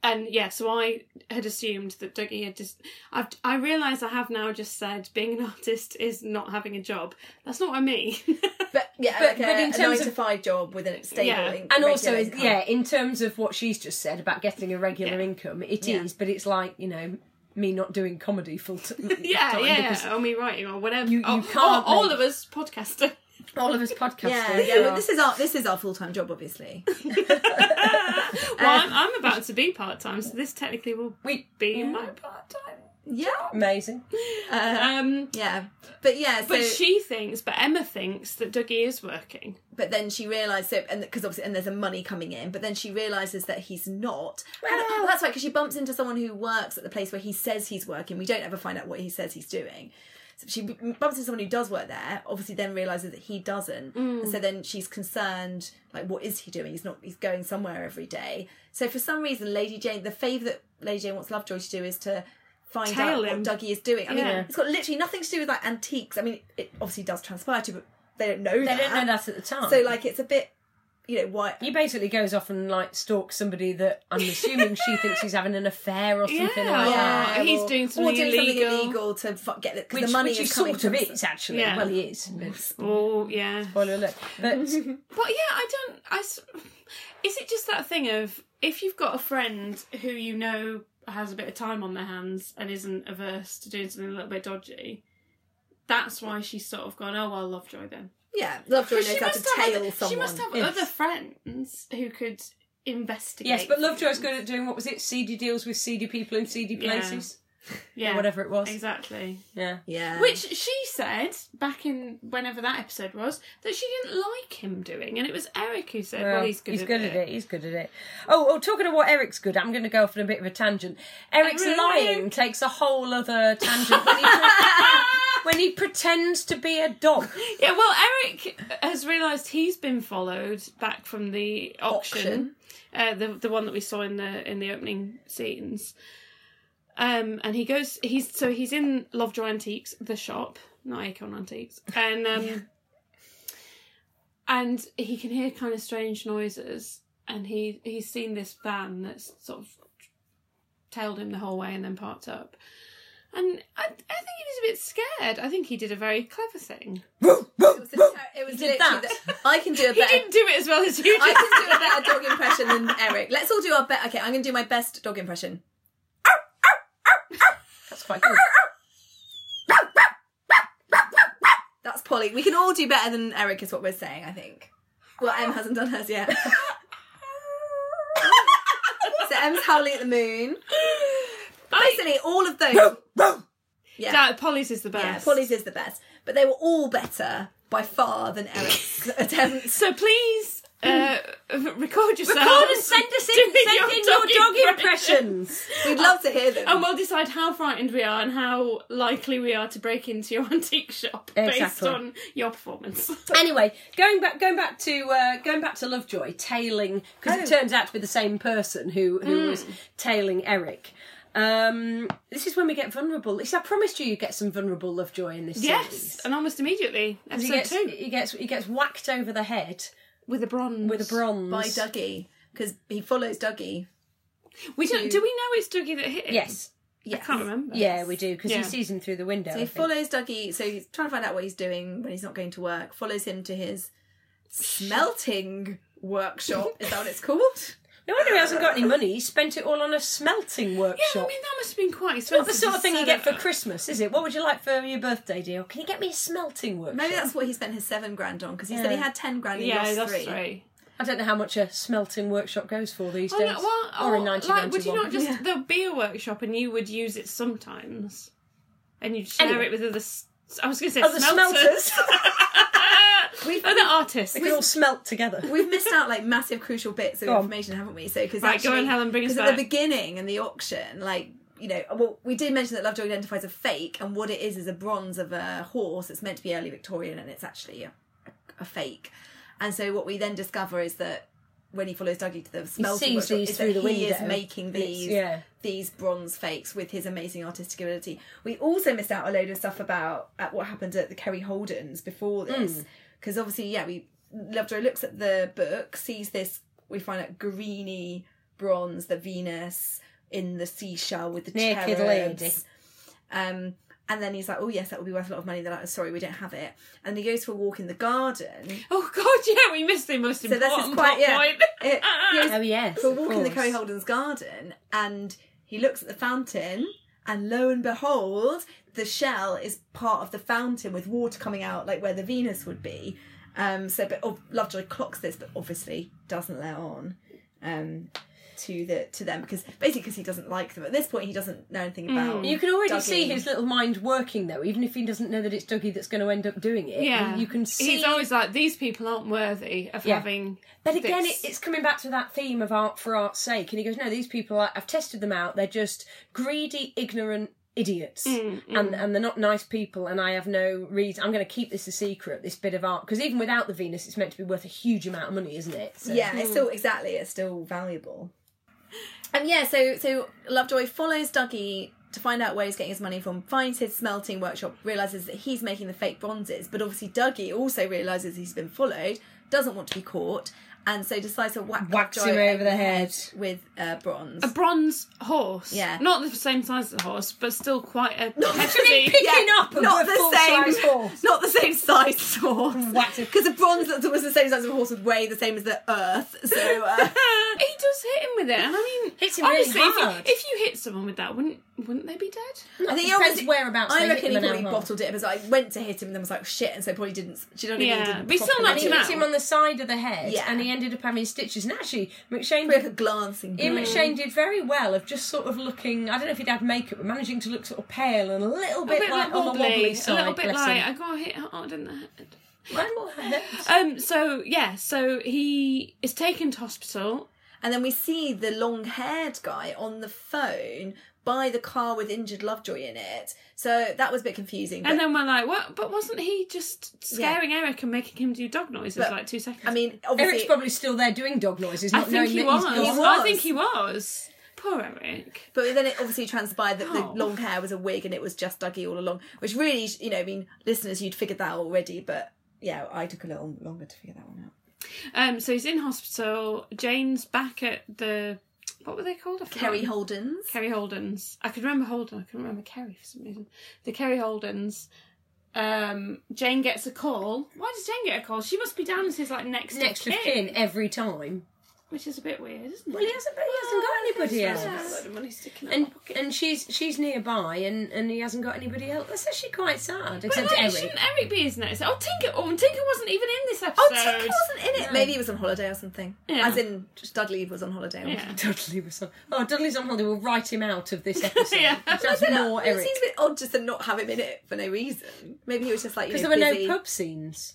[SPEAKER 3] and yeah, so I had assumed that Dougie had just. I've, I realise I have now just said being an artist is not having a job. That's not what I mean.
[SPEAKER 2] But yeah, like
[SPEAKER 4] But- but
[SPEAKER 2] a,
[SPEAKER 4] in
[SPEAKER 2] a
[SPEAKER 4] terms
[SPEAKER 2] nine to five job with a stable
[SPEAKER 3] Yeah.
[SPEAKER 2] income.
[SPEAKER 4] and also is- yeah in terms of what she's just said about getting a regular
[SPEAKER 3] Yeah.
[SPEAKER 4] income it is,
[SPEAKER 2] Yeah.
[SPEAKER 4] but it's like you know me not doing comedy full t-
[SPEAKER 3] yeah,
[SPEAKER 4] time
[SPEAKER 3] yeah,
[SPEAKER 4] because
[SPEAKER 3] or me writing or whatever.
[SPEAKER 4] You- you
[SPEAKER 3] Or- or
[SPEAKER 4] can't
[SPEAKER 3] all
[SPEAKER 4] make-
[SPEAKER 3] of us podcasting.
[SPEAKER 4] all of us podcasters
[SPEAKER 2] Yeah, yeah. well, this is our this is our full time job, obviously.
[SPEAKER 3] Well, I'm, I'm about to be part time, so this technically will
[SPEAKER 4] we
[SPEAKER 3] be my part time.
[SPEAKER 2] yeah,
[SPEAKER 4] amazing
[SPEAKER 3] Um,
[SPEAKER 2] yeah. But yeah, so
[SPEAKER 3] but
[SPEAKER 2] but,
[SPEAKER 3] she thinks, but Emma thinks that Dougie is working.
[SPEAKER 2] then she realised so and because obviously and there's a money coming in, but then she realises that he's not. And- oh, that's right, because she bumps into someone who works at the place where he says he's working. We don't ever find out what he says he's doing. So she b- bumps into someone who does work there. Obviously, then realises that he doesn't. And so then she's concerned, like, what is he doing? He's not. He's going somewhere every day. So for some reason, Lady Jane, the favour that Lady Jane wants Lovejoy to do is to find
[SPEAKER 3] Tail
[SPEAKER 2] out
[SPEAKER 3] him.
[SPEAKER 2] what Dougie is doing. I
[SPEAKER 3] Yeah.
[SPEAKER 2] mean, it's got literally nothing to do with like antiques. I mean, it obviously does transpire to, but they don't know.
[SPEAKER 4] they don't know that at the time
[SPEAKER 2] So like, it's a bit, you know, why?
[SPEAKER 4] he basically goes off and like stalks somebody that I'm assuming she thinks he's having an affair or something
[SPEAKER 3] Yeah.
[SPEAKER 4] like that.
[SPEAKER 3] Yeah. he's doing something
[SPEAKER 2] or doing
[SPEAKER 3] illegal.
[SPEAKER 2] something illegal to fu- get the, 'cause
[SPEAKER 4] Which,
[SPEAKER 2] the money
[SPEAKER 4] which
[SPEAKER 2] is
[SPEAKER 4] he
[SPEAKER 2] coming
[SPEAKER 4] sort of
[SPEAKER 2] from-
[SPEAKER 4] is actually.
[SPEAKER 3] Yeah.
[SPEAKER 4] Well, he is.
[SPEAKER 3] Oh yeah.
[SPEAKER 4] Spoiler alert. But
[SPEAKER 3] But yeah, I don't. I s- is it just that thing of if you've got a friend who you know has a bit of time on their hands and isn't averse to doing something a little bit dodgy, that's why she's sort of gone. Oh well, Lovejoy then.
[SPEAKER 2] Yeah, Lovejoy knows how to
[SPEAKER 3] have
[SPEAKER 2] tail
[SPEAKER 3] other,
[SPEAKER 2] someone.
[SPEAKER 3] she must have
[SPEAKER 4] Yes.
[SPEAKER 3] other friends who could investigate.
[SPEAKER 4] yes, but Lovejoy's good at doing what was it? Seedy deals with seedy people in seedy
[SPEAKER 3] Yeah.
[SPEAKER 4] places.
[SPEAKER 3] yeah,
[SPEAKER 4] Or whatever it was.
[SPEAKER 3] Exactly.
[SPEAKER 4] Yeah.
[SPEAKER 2] Yeah,
[SPEAKER 3] Which she said back in whenever that episode was that she didn't like him doing, and it was Eric who said, "Well,
[SPEAKER 4] Well,
[SPEAKER 3] he's good, at, it.
[SPEAKER 4] Um, He's good at it. Oh, well, talking of what Eric's good at, I'm going to go off on a bit of a tangent. Eric's
[SPEAKER 3] Eric.
[SPEAKER 4] lying takes a whole other tangent when he, pre- when he pretends to be a dog.
[SPEAKER 3] Yeah, well, Eric has realised he's been followed back from the auction, Uh, the the one that we saw in the in the opening scenes. Um, and he goes, he's so he's in Lovejoy Antiques, the shop, not Acorn Antiques, and um, and he can hear kind of strange noises, and he he's seen this van that's sort of tailed him the whole way and then parked up. And I, I think he was a bit scared. I think he did a very clever thing.
[SPEAKER 2] it was, a ter- it was
[SPEAKER 4] did
[SPEAKER 2] literally
[SPEAKER 4] that.
[SPEAKER 2] the- I can do a
[SPEAKER 3] He
[SPEAKER 2] better.
[SPEAKER 3] didn't do it as well as you did.
[SPEAKER 2] I can do a better dog impression than Eric. Let's all do our best. Okay, I'm going to do my best dog impression.
[SPEAKER 4] That's quite good.
[SPEAKER 2] That's Polly. We can all do better than Eric, is what we're saying, I think. Well, Em hasn't done hers yet. so Em's howling at the moon. Basically, all of those. Yeah.
[SPEAKER 3] No, Polly's is the best.
[SPEAKER 2] yeah, Polly's is the best. But they were all better by far than Eric's attempts.
[SPEAKER 3] So please uh, record yourself.
[SPEAKER 4] Record and send us in,
[SPEAKER 3] doing
[SPEAKER 4] send in your dog impressions.
[SPEAKER 2] We'd love to hear them.
[SPEAKER 3] And we'll decide how frightened we are and how likely we are to break into your antique shop based
[SPEAKER 4] Exactly.
[SPEAKER 3] on your performance.
[SPEAKER 4] anyway, going back, going back to uh, going back to Lovejoy tailing because it
[SPEAKER 2] Oh.
[SPEAKER 4] turns out to be the same person who who was tailing Eric. Um, this is when we get vulnerable. This- I promised you, you get some vulnerable Lovejoy in this series.
[SPEAKER 3] yes, and almost immediately,
[SPEAKER 4] He
[SPEAKER 3] episode
[SPEAKER 4] gets,
[SPEAKER 3] two
[SPEAKER 4] he gets he gets whacked over the head
[SPEAKER 3] with a bronze.
[SPEAKER 4] with a bronze.
[SPEAKER 2] by Dougie, because he follows Dougie.
[SPEAKER 3] We don't. Do we know it's Dougie that hit him?
[SPEAKER 4] Yes,
[SPEAKER 2] Yeah.
[SPEAKER 3] I can't remember.
[SPEAKER 4] yeah, we do because
[SPEAKER 3] Yeah.
[SPEAKER 4] he sees him through the window.
[SPEAKER 2] So
[SPEAKER 4] I
[SPEAKER 2] he
[SPEAKER 4] think.
[SPEAKER 2] follows Dougie. So he's trying to find out what he's doing when he's not going to work. Follows him to his smelting workshop. Is that what it's called?
[SPEAKER 4] no wonder he hasn't got any money. He spent it all on a smelting workshop.
[SPEAKER 3] Yeah, I mean that must have been quite
[SPEAKER 4] It's not
[SPEAKER 3] expensive.
[SPEAKER 4] the sort of
[SPEAKER 3] to
[SPEAKER 4] thing you
[SPEAKER 3] set
[SPEAKER 4] get for
[SPEAKER 3] up.
[SPEAKER 4] Christmas, is it? What would you like for your birthday, dear? Can you get me a smelting workshop?
[SPEAKER 2] Maybe that's what he spent his seven grand on because he said he
[SPEAKER 4] Yeah.
[SPEAKER 2] had ten grand and he
[SPEAKER 3] Yeah,
[SPEAKER 2] lost
[SPEAKER 3] that's
[SPEAKER 2] three.
[SPEAKER 3] right.
[SPEAKER 4] I don't know how much a smelting workshop goes for these days.
[SPEAKER 3] no, well,
[SPEAKER 4] or in
[SPEAKER 3] oh, like, would you
[SPEAKER 4] 1991.
[SPEAKER 3] not just there'll be a workshop and you would use it sometimes, and you'd share
[SPEAKER 4] Anyway.
[SPEAKER 3] it with other. s- I was going to say
[SPEAKER 4] Other
[SPEAKER 3] smelters,
[SPEAKER 4] Oh, smelters.
[SPEAKER 2] We've,
[SPEAKER 3] other artists.
[SPEAKER 4] we could all smelt together.
[SPEAKER 2] we've missed out like massive crucial bits of
[SPEAKER 4] on.
[SPEAKER 2] information, haven't we? So because
[SPEAKER 3] Right, go on, Helen, bring us
[SPEAKER 2] at the
[SPEAKER 3] back.
[SPEAKER 2] beginning and the auction, like. You know, well, we did mention that Lovejoy identifies a fake, and what it is is a bronze of a horse. It's meant to be early Victorian, and it's actually a, a fake. And so, what we then discover is that when he follows Dougie to the smelting
[SPEAKER 4] sees
[SPEAKER 2] workshop,
[SPEAKER 4] these
[SPEAKER 2] is
[SPEAKER 4] through
[SPEAKER 2] that
[SPEAKER 4] the
[SPEAKER 2] he is
[SPEAKER 4] window.
[SPEAKER 2] making
[SPEAKER 4] It's-
[SPEAKER 2] these
[SPEAKER 4] yeah.
[SPEAKER 2] these bronze fakes with his amazing artistic ability. We also missed out a load of stuff about at what happened at the Kerry Holdens before
[SPEAKER 4] Hmm.
[SPEAKER 2] this, because obviously, yeah, we Lovejoy looks at the book, sees this. We find out greeny bronze, the Venus in the seashell with the
[SPEAKER 4] Naked
[SPEAKER 2] cherubs.
[SPEAKER 4] lady.
[SPEAKER 2] Um, and then he's like, "Oh yes, that would be worth a lot of money." They're like, "Sorry, we don't have it." And he goes for a walk in the garden.
[SPEAKER 3] Oh God, yeah, we missed the most
[SPEAKER 2] So
[SPEAKER 3] important
[SPEAKER 2] this is quite
[SPEAKER 3] plot
[SPEAKER 2] yeah.
[SPEAKER 3] point.
[SPEAKER 2] It- he goes
[SPEAKER 4] Oh yes.
[SPEAKER 2] for a
[SPEAKER 4] of
[SPEAKER 2] walk in the
[SPEAKER 4] course.
[SPEAKER 2] Curry Holden's garden, and he looks at the fountain, and lo and behold, the shell is part of the fountain with water coming out, like where the Venus would be. Um, so, but oh, Lovejoy clocks this, but obviously doesn't let on um, to the to them because basically because he doesn't like them at this point, he doesn't know anything about.
[SPEAKER 4] Mm. You can already
[SPEAKER 2] Dougie.
[SPEAKER 4] see his little mind working though, even if he doesn't know that it's Dougie that's going to end up doing it.
[SPEAKER 3] Yeah,
[SPEAKER 4] you can see.
[SPEAKER 3] He's always like, these people aren't worthy of
[SPEAKER 4] Yeah.
[SPEAKER 3] having.
[SPEAKER 4] But again, it,
[SPEAKER 3] this."
[SPEAKER 4] it's coming back to that theme of art for art's sake. And he goes, no, these people, are, I've tested them out. They're just greedy, ignorant idiots.
[SPEAKER 2] Mm,
[SPEAKER 4] And, and they're not nice people. And I have no reason. I'm going to keep this a secret, this bit of art. Because even without the Venus, it's meant to be worth a huge amount of money, isn't it? So-
[SPEAKER 2] Yeah, it's still exactly. It's still valuable. Hmm. And yeah, so so Lovejoy follows Dougie to find out where he's getting his money from. Finds his smelting workshop, realizes that he's making the fake bronzes, but obviously Dougie also realizes he's been followed, doesn't want to be caught, and so decides to whack
[SPEAKER 4] Whacks
[SPEAKER 2] Lovejoy
[SPEAKER 4] him over the head.
[SPEAKER 2] with uh, bronze.
[SPEAKER 3] a bronze horse.
[SPEAKER 2] Yeah.
[SPEAKER 3] Not the same size as the horse, but still quite a hefty.
[SPEAKER 4] Picking up a
[SPEAKER 2] not
[SPEAKER 4] good
[SPEAKER 2] the
[SPEAKER 4] full-size
[SPEAKER 2] same,
[SPEAKER 4] horse.
[SPEAKER 2] not the same size horse.
[SPEAKER 4] Whacked it.
[SPEAKER 2] Because the bronze that was the same size of a horse would weigh the same as the earth. So uh,
[SPEAKER 3] he does hit him with it, and I mean,
[SPEAKER 4] Hits him really
[SPEAKER 3] honestly, if you-
[SPEAKER 4] hard.
[SPEAKER 3] If, you, hit someone with that, wouldn't wouldn't they be dead?
[SPEAKER 2] I think he
[SPEAKER 4] Depends
[SPEAKER 2] obviously-
[SPEAKER 4] whereabouts
[SPEAKER 2] I
[SPEAKER 4] they
[SPEAKER 2] reckon
[SPEAKER 4] hit
[SPEAKER 2] he
[SPEAKER 4] him and
[SPEAKER 2] probably
[SPEAKER 4] how hard.
[SPEAKER 2] bottled it because I went to hit him and then was like shit, and so probably didn't. Do you know what I mean?
[SPEAKER 3] Yeah.
[SPEAKER 2] He didn't
[SPEAKER 3] But he still
[SPEAKER 2] properly
[SPEAKER 4] And
[SPEAKER 3] knocked
[SPEAKER 2] do
[SPEAKER 4] he
[SPEAKER 3] him
[SPEAKER 2] it.
[SPEAKER 4] hits
[SPEAKER 3] out.
[SPEAKER 4] him on the side of the head,
[SPEAKER 2] Yeah.
[SPEAKER 4] and he ended up having stitches. And actually, McShane
[SPEAKER 2] Like
[SPEAKER 4] did
[SPEAKER 2] a glancing.
[SPEAKER 4] Ian
[SPEAKER 2] blow.
[SPEAKER 4] McShane did very well of just sort of looking. I don't know if he'd had makeup, but managing to look sort of pale and a little bit, like on the wobbly side.
[SPEAKER 3] a little bit
[SPEAKER 4] bless
[SPEAKER 3] like
[SPEAKER 4] him.
[SPEAKER 3] I got hit hard in the head.
[SPEAKER 4] One more head.
[SPEAKER 3] Um. So yeah. So he is taken to hospital.
[SPEAKER 2] And then we see the long haired guy on the phone by the car with injured Lovejoy in it. So that was a bit confusing. But,
[SPEAKER 3] And then we're like, what? But wasn't he just scaring Eric and making him do dog noises
[SPEAKER 2] But,
[SPEAKER 3] like two seconds?
[SPEAKER 2] I mean,
[SPEAKER 4] Eric's
[SPEAKER 2] obviously.
[SPEAKER 4] probably still there doing dog noises.
[SPEAKER 3] I
[SPEAKER 4] Not
[SPEAKER 3] think
[SPEAKER 4] knowing
[SPEAKER 3] he
[SPEAKER 4] that
[SPEAKER 3] was.
[SPEAKER 4] he's
[SPEAKER 2] He
[SPEAKER 4] gone.
[SPEAKER 2] was.
[SPEAKER 3] I think he was. Poor Eric.
[SPEAKER 2] but then it obviously transpired that the
[SPEAKER 3] Oh.
[SPEAKER 2] long hair was a wig and it was just Dougie all along, which really, you know, I mean, listeners, you'd figured that already, but yeah, I took a little longer to figure that one out.
[SPEAKER 3] Um. So he's in hospital. Jane's back at the what were they called? I forgot.
[SPEAKER 2] Kerry Holden's.
[SPEAKER 3] Kerry Holdens. I could remember Holden. I couldn't remember Kerry for some reason. The Kerry Holdens. Um, Jane gets a call. Why does Jane get a call? She must be down as his like next,
[SPEAKER 4] Next
[SPEAKER 3] of
[SPEAKER 4] of
[SPEAKER 3] kin,
[SPEAKER 4] kin every time.
[SPEAKER 3] which is a bit weird, isn't
[SPEAKER 4] Well,
[SPEAKER 3] it?
[SPEAKER 4] he hasn't, he hasn't got anybody
[SPEAKER 3] She's got a
[SPEAKER 4] else.
[SPEAKER 3] load of money sticking out of
[SPEAKER 4] And
[SPEAKER 3] her pocket.
[SPEAKER 4] and she's she's nearby, and, and he hasn't got anybody else. That's actually quite sad.
[SPEAKER 3] But
[SPEAKER 4] Except
[SPEAKER 3] like,
[SPEAKER 4] Eric.
[SPEAKER 3] shouldn't Eric be his next? Oh, Tinker! Oh, and Tinker wasn't even in this episode.
[SPEAKER 2] Oh, Tinker wasn't in it.
[SPEAKER 4] No.
[SPEAKER 2] Maybe he was on holiday or something.
[SPEAKER 3] Yeah.
[SPEAKER 2] As in, just Dudley was on holiday. Or
[SPEAKER 3] Yeah.
[SPEAKER 4] Dudley was on. Oh, Dudley's on holiday. We'll write him out of this episode.
[SPEAKER 3] Yeah.
[SPEAKER 4] That's
[SPEAKER 2] something.
[SPEAKER 4] more
[SPEAKER 2] it
[SPEAKER 4] Eric.
[SPEAKER 2] seems a bit odd just to not have him in it for no reason. Maybe he was just like you
[SPEAKER 4] because
[SPEAKER 2] know,
[SPEAKER 4] there were
[SPEAKER 2] busy.
[SPEAKER 4] no pub scenes.